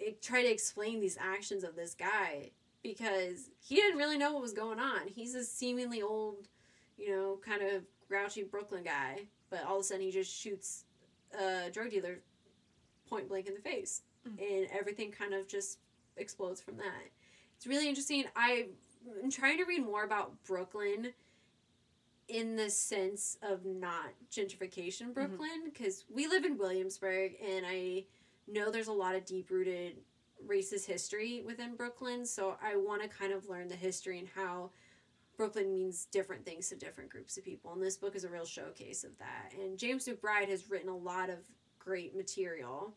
Speaker 1: it, try to explain these actions of this guy because he didn't really know what was going on. He's a seemingly old, you know, kind of grouchy Brooklyn guy, but all of a sudden he just shoots a drug dealer point blank in the face,
Speaker 2: Mm.
Speaker 1: and everything kind of just explodes from that. It's really interesting. I- I'm trying to read more about Brooklyn in the sense of not gentrification Brooklyn because we live in Williamsburg and I know there's a lot of deep rooted racist history within Brooklyn, so I want to kind of learn the history and how Brooklyn means different things to different groups of people. And this book is a real showcase of that. And James McBride has written a lot of great material.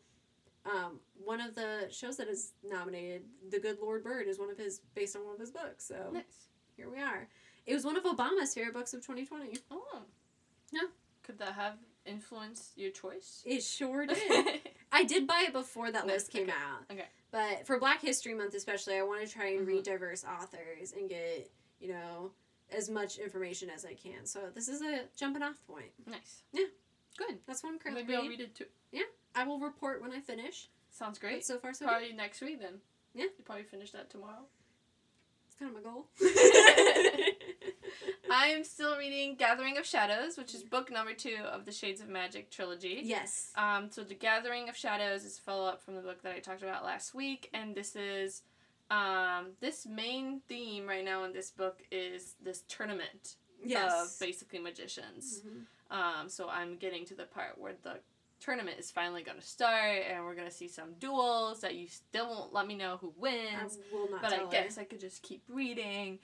Speaker 1: Um, one of the shows that is nominated, The Good Lord Bird, is one of his based on one of his books. So
Speaker 2: Nice.
Speaker 1: here we are. It was one of Obama's favorite books of 2020.
Speaker 2: Oh.
Speaker 1: Yeah.
Speaker 2: Could that have influenced your choice?
Speaker 1: It sure did. I did buy it before that
Speaker 2: Nice,
Speaker 1: list came
Speaker 2: okay,
Speaker 1: out.
Speaker 2: okay.
Speaker 1: But for Black History Month, especially, I want to try and
Speaker 2: Mhm.
Speaker 1: read diverse authors and get, you know, as much information as I can. So this is a jumping off point.
Speaker 2: nice.
Speaker 1: Yeah.
Speaker 2: Good.
Speaker 1: That's what I'm currently
Speaker 2: Maybe I'll
Speaker 1: reading.
Speaker 2: read it too.
Speaker 1: I will report when I finish.
Speaker 2: Sounds
Speaker 1: But
Speaker 2: great.
Speaker 1: so far, so good.
Speaker 2: probably next week then.
Speaker 1: Yeah.
Speaker 2: You probably finish that tomorrow.
Speaker 1: It's kind of my goal.
Speaker 2: I'm still reading Gathering of Shadows, which is book number two of the Shades of Magic trilogy.
Speaker 1: yes.
Speaker 2: Um, so the Gathering of Shadows is a follow up from the book that I talked about last week, and this is um, this main theme right now in this book is this tournament
Speaker 1: Yes.
Speaker 2: of basically magicians.
Speaker 1: Mhm.
Speaker 2: Um, so I'm getting to the part where the tournament is finally going to start, and we're going to see some duels that you still won't let me know who
Speaker 1: I
Speaker 2: wins.
Speaker 1: will not
Speaker 2: But
Speaker 1: tell
Speaker 2: I
Speaker 1: her.
Speaker 2: guess I could just keep reading.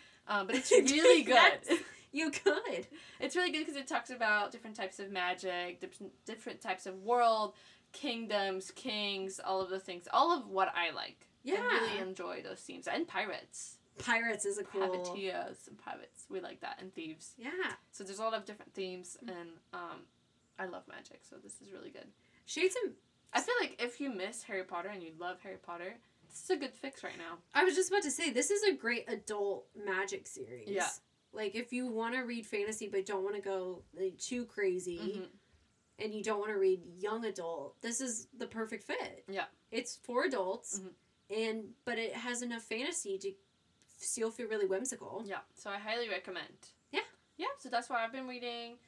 Speaker 2: Um, but it's really good.
Speaker 1: Yes. You could.
Speaker 2: It's really good because it talks about different types of magic, dip- different types of world, kingdoms, kings, all of the things, all of what I like.
Speaker 1: Yeah.
Speaker 2: I really enjoy those themes and pirates,
Speaker 1: Pirates is a cool.
Speaker 2: privateers, and pirates. We like that and thieves.
Speaker 1: Yeah.
Speaker 2: So there's a lot of different themes,
Speaker 1: Mm.
Speaker 2: and um, I love magic, so this is really good.
Speaker 1: Shades of
Speaker 2: I feel like if you miss Harry Potter and you love Harry Potter, this is a good fix right now.
Speaker 1: I was just about to say this is a great adult magic series.
Speaker 2: Yeah.
Speaker 1: Like if you want to read fantasy but don't want to go like, too crazy
Speaker 2: Mm-hmm.
Speaker 1: and you don't want to read young adult, this is the perfect fit.
Speaker 2: Yeah.
Speaker 1: It's for adults
Speaker 2: Mhm.
Speaker 1: and but it has enough fantasy to still feel really whimsical.
Speaker 2: Yeah, so I highly recommend.
Speaker 1: Yeah.
Speaker 2: Yeah, so that's what I've been reading.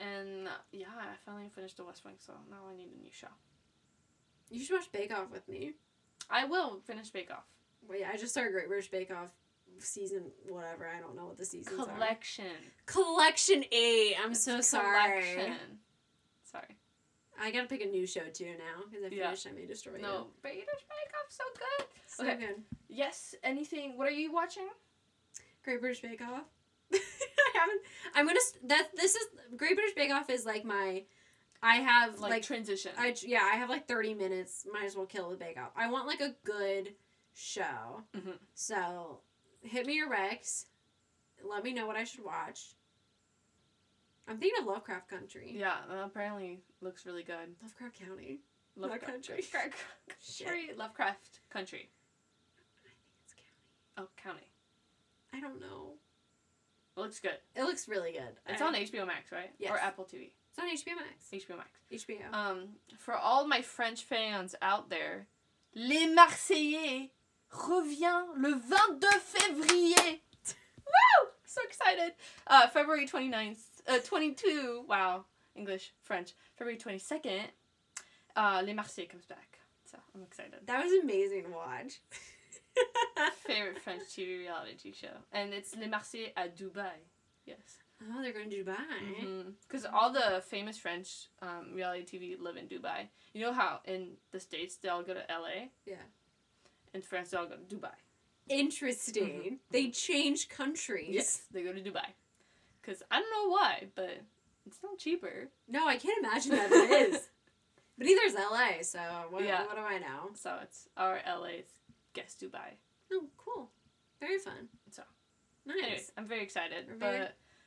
Speaker 2: And uh, yeah, I finally finished The West Wing, so now I need a new show.
Speaker 1: You should watch Bake Off with me.
Speaker 2: I will finish Bake Off.
Speaker 1: Wait, I just started Great British Bake Off season whatever. I don't know what the seasons are.
Speaker 2: Collection.
Speaker 1: Collection 8. I'm
Speaker 2: It's
Speaker 1: so sorry.
Speaker 2: Collection. Sorry.
Speaker 1: I got to pick a new show too now cuz I
Speaker 2: Yeah.
Speaker 1: finished I may destroy you.
Speaker 2: No, British Bake Off, so good.
Speaker 1: So
Speaker 2: Okay.
Speaker 1: good.
Speaker 2: Yes, anything. What are you watching?
Speaker 1: Great British Bake Off. I haven't. I'm gonna. st- That this is Great British Bake Off is like my. I have
Speaker 2: Like,
Speaker 1: like,
Speaker 2: Transition.
Speaker 1: I yeah I have like thirty minutes. Might as well kill the Bake Off. I want like a good show.
Speaker 2: Mhm.
Speaker 1: So hit me your Rex. Let me know what I should watch. I'm thinking of Lovecraft Country.
Speaker 2: Yeah, that apparently looks really good.
Speaker 1: Lovecraft County. Love
Speaker 2: Lovecraft
Speaker 1: country.
Speaker 2: Lovecraft
Speaker 1: Shit.
Speaker 2: Country. Lovecraft Country.
Speaker 1: I think it's county.
Speaker 2: Oh, county.
Speaker 1: I don't know.
Speaker 2: It looks good.
Speaker 1: It looks really good.
Speaker 2: It's
Speaker 1: I-
Speaker 2: on HBO Max, right?
Speaker 1: Yes.
Speaker 2: Or Apple TV.
Speaker 1: It's on HBO Max.
Speaker 2: HBO Max.
Speaker 1: HBO.
Speaker 2: Um, for all my French fans out there, Les Marseillais revient le 22 février. Woo! So excited. Uh, February 29th, uh, 22, wow, English, French. February 22nd, uh, Les Marseillais comes back. So I'm excited.
Speaker 1: that was amazing to watch.
Speaker 2: Favorite French TV reality show. And it's Les Marseillais at Dubai. Yes.
Speaker 1: Oh, they're going to Dubai.
Speaker 2: Mm-hmm. Because all the famous French um, reality TV live in Dubai. You know how in the States they all go to LA?
Speaker 1: Yeah.
Speaker 2: In France they all go to Dubai.
Speaker 1: Interesting.
Speaker 2: Mm-hmm.
Speaker 1: They change countries.
Speaker 2: They go to Dubai. Because I don't know why, but it's not cheaper.
Speaker 1: No, I can't imagine that it is. But either is LA, so what,
Speaker 2: Yeah.
Speaker 1: what do I know?
Speaker 2: So it's our LA's guess Dubai.
Speaker 1: Oh, cool. Very fun.
Speaker 2: So.
Speaker 1: Nice.
Speaker 2: Anyways, I'm very excited.
Speaker 1: We're
Speaker 2: but
Speaker 1: very-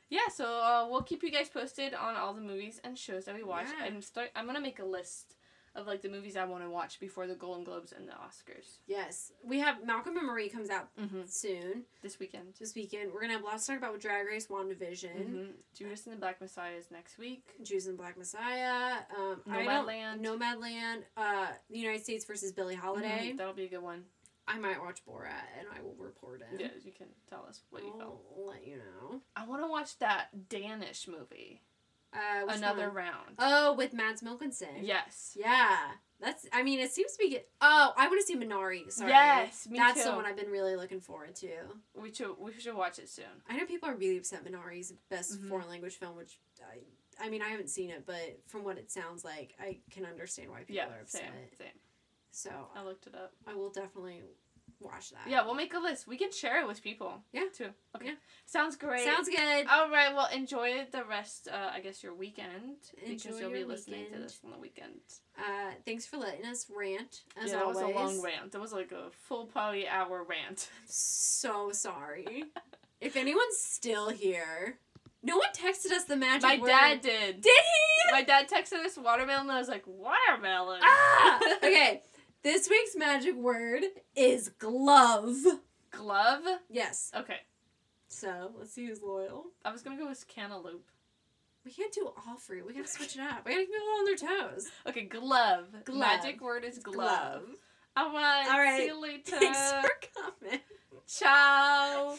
Speaker 2: yeah, so uh, we'll keep you guys posted on all the movies and shows that we watch.
Speaker 1: Yeah.
Speaker 2: I'm start. I'm gonna make a list of like the movies I want to watch before the Golden Globes and the Oscars
Speaker 1: Yes. We have Malcolm and Marie comes out
Speaker 2: mm-hmm.
Speaker 1: soon
Speaker 2: this weekend.
Speaker 1: this weekend. We're going to have lots to talk about with Drag Race, WandaVision.
Speaker 2: Mm-hmm. Judas and the Black Messiah is next week.
Speaker 1: Jews and Black Messiah, um, I don't-
Speaker 2: Nomadland.
Speaker 1: Nomadland, uh, the United States versus Billie Holiday.
Speaker 2: Mhm, That'll be a good one.
Speaker 1: I might watch Borat and I will report it.
Speaker 2: Yeah, you can tell us what you felt.
Speaker 1: I'll let you know.
Speaker 2: I want to watch that Danish movie,
Speaker 1: Uh, which
Speaker 2: Another
Speaker 1: one?
Speaker 2: Round.
Speaker 1: Oh, with Mads Mikkelsen.
Speaker 2: yes.
Speaker 1: Yeah. That's. I mean, it seems to be. Get, oh, I want to see Minari. Sorry.
Speaker 2: Yes, me
Speaker 1: That's
Speaker 2: too.
Speaker 1: the one I've been really looking forward to.
Speaker 2: We should we should watch it soon.
Speaker 1: I know people are really upset Minari's best
Speaker 2: Mhm.
Speaker 1: foreign language film, which I. I mean, I haven't seen it, but from what it sounds like, I can understand why people
Speaker 2: yeah,
Speaker 1: are upset.
Speaker 2: same, same.
Speaker 1: So
Speaker 2: I looked it up.
Speaker 1: I will definitely watch that.
Speaker 2: Yeah, we'll make a list. We can share it with people.
Speaker 1: Yeah.
Speaker 2: Too. Okay.
Speaker 1: Yeah.
Speaker 2: Sounds great. Oh.
Speaker 1: Sounds good.
Speaker 2: All right. Well, enjoy the rest. Uh, I guess your weekend
Speaker 1: Enjoy
Speaker 2: because you'll be
Speaker 1: your
Speaker 2: listening to
Speaker 1: weekend.
Speaker 2: this on the weekend.
Speaker 1: Uh, thanks for letting us rant. As
Speaker 2: yeah,
Speaker 1: always,
Speaker 2: that was a long rant. That was like a full probably hour rant.
Speaker 1: so sorry. if anyone's still here, no one texted us the magic
Speaker 2: My
Speaker 1: word.
Speaker 2: dad did.
Speaker 1: did he?
Speaker 2: My dad texted us watermelon, and I was like, watermelon.
Speaker 1: ah! Okay, this week's magic word is glove.
Speaker 2: Glove.
Speaker 1: Yes.
Speaker 2: Okay,
Speaker 1: So let's see who's loyal.
Speaker 2: I was gonna go with cantaloupe.
Speaker 1: We can't do all free. We gotta switch it up. We gotta keep people on their toes.
Speaker 2: Okay, glove.
Speaker 1: Glove.
Speaker 2: Magic word is glove. All right.
Speaker 1: All right.
Speaker 2: See you later.
Speaker 1: Thanks for coming.
Speaker 2: Ciao.